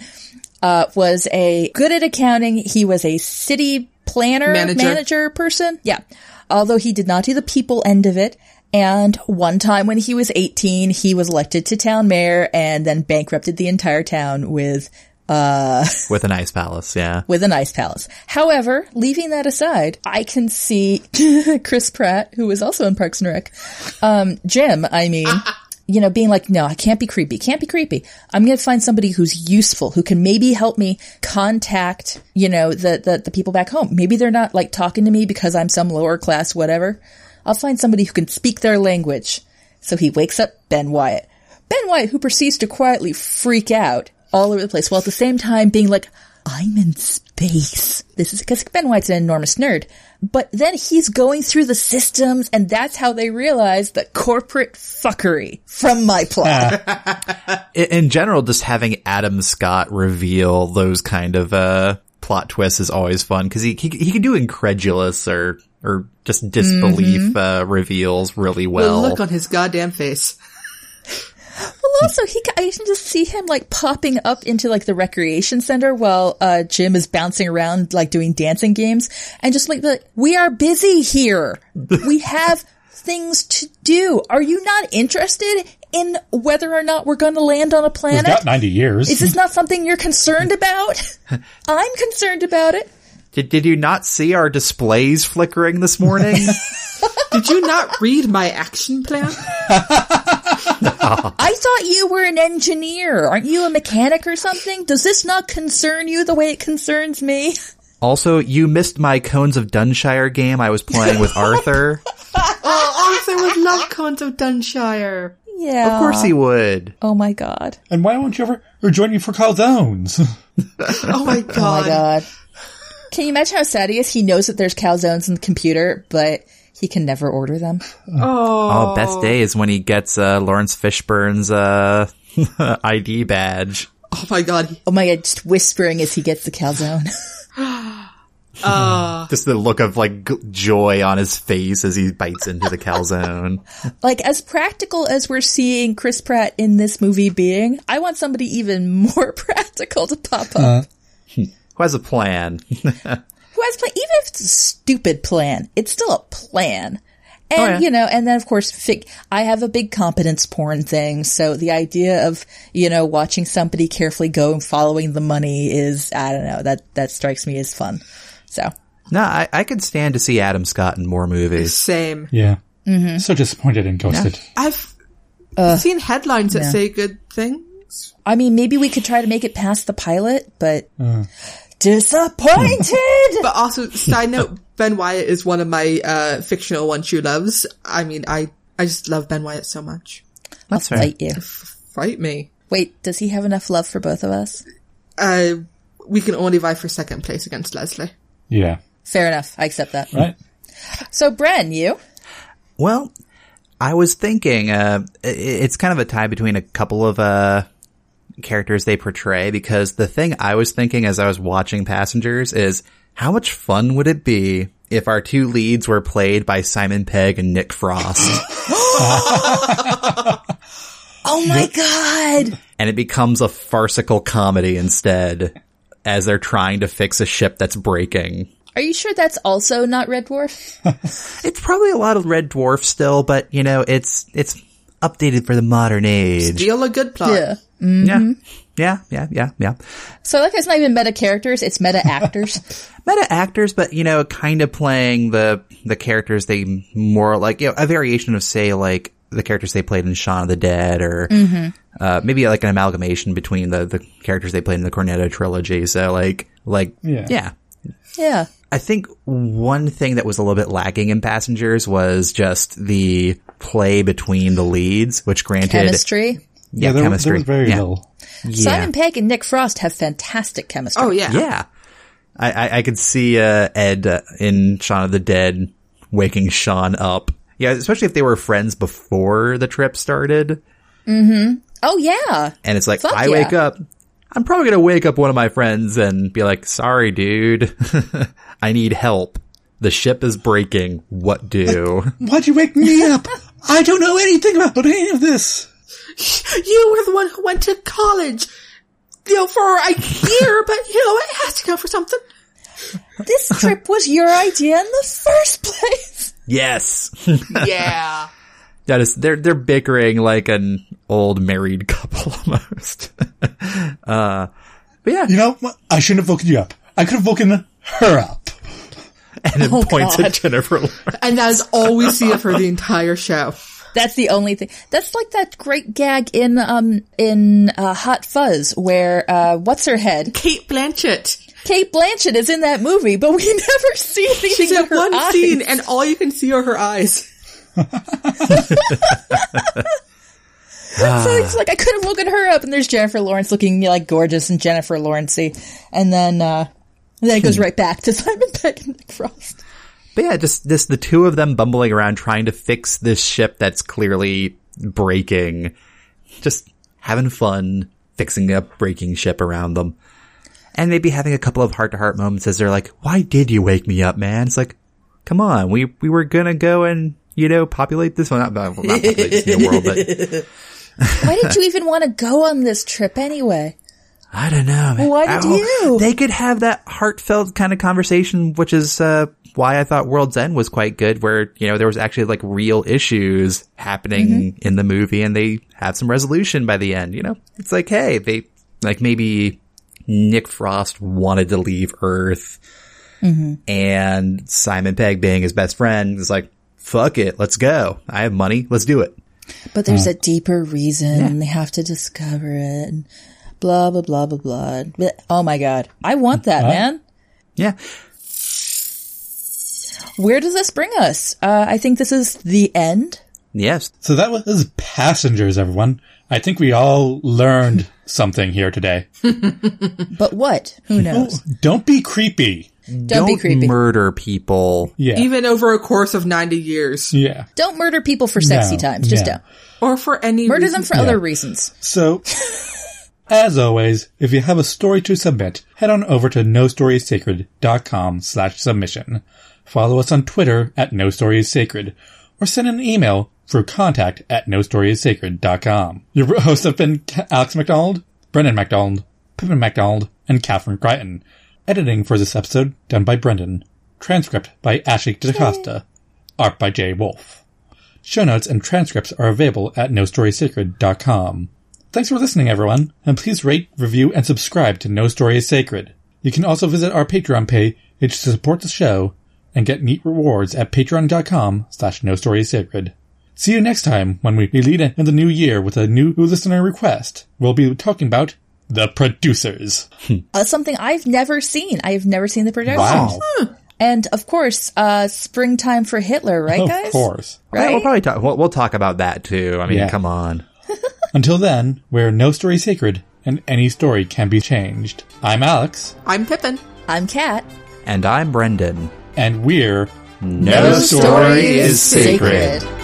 uh, was a good at accounting. He was a city planner Manager. person. Yeah, although he did not do the people end of it. And one time when he was 18, he was elected to town mayor and then bankrupted the entire town with uh, With an ice palace, yeah. with an ice palace. However, leaving that aside, I can see Chris Pratt, who was also in Parks and Rec, um, Jim, I mean, you know, being like, no, I can't be creepy, can't be creepy. I'm going to find somebody who's useful, who can maybe help me contact, you know, the, the, the people back home. Maybe they're not like talking to me because I'm some lower class, whatever. I'll find somebody who can speak their language. So he wakes up Ben Wyatt. Ben Wyatt, who proceeds to quietly freak out all over the place, while at the same time being like, I'm in space. This is because Ben White's an enormous nerd. But then he's going through the systems, and that's how they realize the corporate fuckery from my plot. in, in general, just having Adam Scott reveal those kind of uh, plot twists is always fun because he, he he can do incredulous or or just disbelief uh, reveals really well. the Mm-hmm. look on his goddamn face. well, also, he ca- I can just see him like popping up into like the recreation center while uh, Jim is bouncing around like doing dancing games, and just like, be like we are busy here. we have things to do. Are you not interested in whether or not we're going to land on a We've planet? got 90 years. Is this not something you're concerned about? I'm concerned about it. did did you not see our displays flickering this morning? Did you not read my action plan? I thought you were an engineer. Aren't you a mechanic or something? Does this not concern you the way it concerns me? also, you missed my Cones of Dunshire game I was playing with Arthur. Oh, Arthur would love Cones of Dunshire. Yeah. Of course he would. Oh my god. and why won't you ever or join me for calzones? Oh my god. Oh my god. Can you imagine how sad he is? He knows that there's calzones in the computer, but he can never order them. Oh, best day is when he gets uh, Lawrence Fishburne's uh, ID badge. Oh my god. Oh my god, just whispering as he gets the calzone. Just the look of like g- joy on his face as he bites into the calzone. like as practical as we're seeing Chris Pratt in this movie being, I want somebody even more practical to pop up. Who has a plan? who has plan, even if it's a stupid plan, it's still a plan. And Oh, yeah. you know, and then of course, fig- I have a big competence porn thing, so the idea of you know watching somebody carefully go and following the money is I don't know that that strikes me as fun. So no, I, I could stand to see Adam Scott in more movies. Same. yeah. So disappointed and ghosted. I've seen headlines that say good things. I mean, maybe we could try to make it past the pilot, but Hmm. disappointed. But also, side note, Ben Wyatt is one of my uh, fictional ones she loves. I mean, I, I just love Ben Wyatt so much. That's fair. Fight you. Fright me. Wait, does he have enough love for both of us? Uh, we can only vie for second place against Leslie. Yeah. Fair enough. I accept that. Right? So, Bren, you? Well, I was thinking, uh, i- it's kind of a tie between a couple of, uh, characters they portray because the thing I was thinking as I was watching Passengers is how much fun would it be if our two leads were played by Simon Pegg and Nick Frost? Oh my god! and it becomes a farcical comedy instead as they're trying to fix a ship that's breaking. Are you sure that's also not Red Dwarf? It's probably a lot of Red Dwarf still, but you know, it's it's updated for the modern age. Mm-hmm. Deal a good plot. Yeah. Yeah. Yeah, yeah, yeah, yeah. So I like how it's not even meta characters, it's meta actors. Meta actors, but you know, kind of playing the the characters they more like, you know, a variation of say like the characters they played in Shaun of the Dead or uh, maybe like an amalgamation between the the characters they played in the Cornetto trilogy. So like like Yeah. yeah, yeah. I think one thing that was a little bit lacking in Passengers was just the play between the leads, which granted, Chemistry. yeah, there, chemistry, there was very yeah. little. Yeah. Simon Pegg and Nick Frost have fantastic chemistry. Oh yeah. Yeah, I, I, I could see uh, Ed uh, in Shaun of the Dead waking Sean up. Yeah, especially if they were friends before the trip started, Oh, yeah. and it's like Fuck I yeah. wake up. I'm probably gonna wake up one of my friends and be like, "Sorry, dude, I need help. The ship is breaking. What do?" Why'd you wake me up? I don't know anything about any of this. You were the one who went to college, you know, for a year, but you know, it has to go for something. This trip was your idea in the first place. yes. Yeah. That is, they're they're bickering like an old married couple almost. uh, but yeah, Oh, You know, what? I shouldn't have woken you up. I could have woken her up. and it points God. at Jennifer. Lawrence. And that is all we see of her the entire show. That's the only thing. That's like that great gag in um in uh, Hot Fuzz where uh what's her head? Kate Blanchett. Kate Blanchett is in that movie, but we never see anything She's of in her one eyes. scene and all you can see are her eyes. that's so it's like I could have looked her up, and there's Jennifer Lawrence looking like gorgeous and Jennifer Lawrencey, and then uh, and then it goes right back to Simon Pegg and Nick Frost. But yeah, just this the two of them bumbling around trying to fix this ship that's clearly breaking. Just having fun fixing a breaking ship around them. And maybe having a couple of heart to heart moments as they're like, Why did you wake me up, man? It's like, come on, we we were gonna go and, you know, populate this one not, not populate this new world, but Why did you even want to go on this trip anyway? I don't know, man. Why did Ow. you? They could have that heartfelt kind of conversation, which is uh, why I thought World's End was quite good, where you know there was actually like real issues happening Mm-hmm. in the movie, and they have some resolution by the end. You know, it's like hey, they like maybe Nick Frost wanted to leave Earth, Mm-hmm. and Simon Pegg, being his best friend, is like, "Fuck it, let's go. I have money, let's do it." But there's a deeper reason, and they have to discover it. And blah blah blah blah blah. Bleh. Oh my god, I want that man. Yeah, Where does this bring us? Uh, I think this is the end. yes, So that was this is passengers, everyone. I think we all learned something here today. But what? Who knows? Don't be creepy. Don't, be creepy. murder people. Yeah. Even over a course of 90 years. yeah. don't murder people for sexy No, times. Just no. don't. Or for any Murder reason. them for other reasons. So, as always, if you have a story to submit, head on over to nostoriesacred.com slash submission. Follow us on Twitter at nostoriesacred, or send an email through contact at nostoriesacred.com. Your hosts have been Ca- Alex McDonald, Brendan McDonald, Pippin McDonald, and Catherine Crichton. Editing for this episode done by Brendan. Transcript by Ashley DaCosta. Art by Jay Wolfe. Show notes and transcripts are available at nostorysacred.com. Thanks for listening, everyone, and please rate, review, and subscribe to No Story is Sacred. You can also visit our Patreon page to support the show and get neat rewards at patreon.com slash no story is sacred. See you next time when we lead in the new year with a new listener request. We'll be talking about the producers. Uh, something I've never seen. I have never seen the production. And of course, uh, springtime for Hitler, right, guys? Of course. Yeah, we'll Right? probably talk. We'll, we'll talk about that too. I mean, Yeah. come on. Until then, we're No Story Sacred, and any story can be changed. I'm Alex. I'm Pippin. I'm Kat. And I'm Brendan. and we're No story is sacred.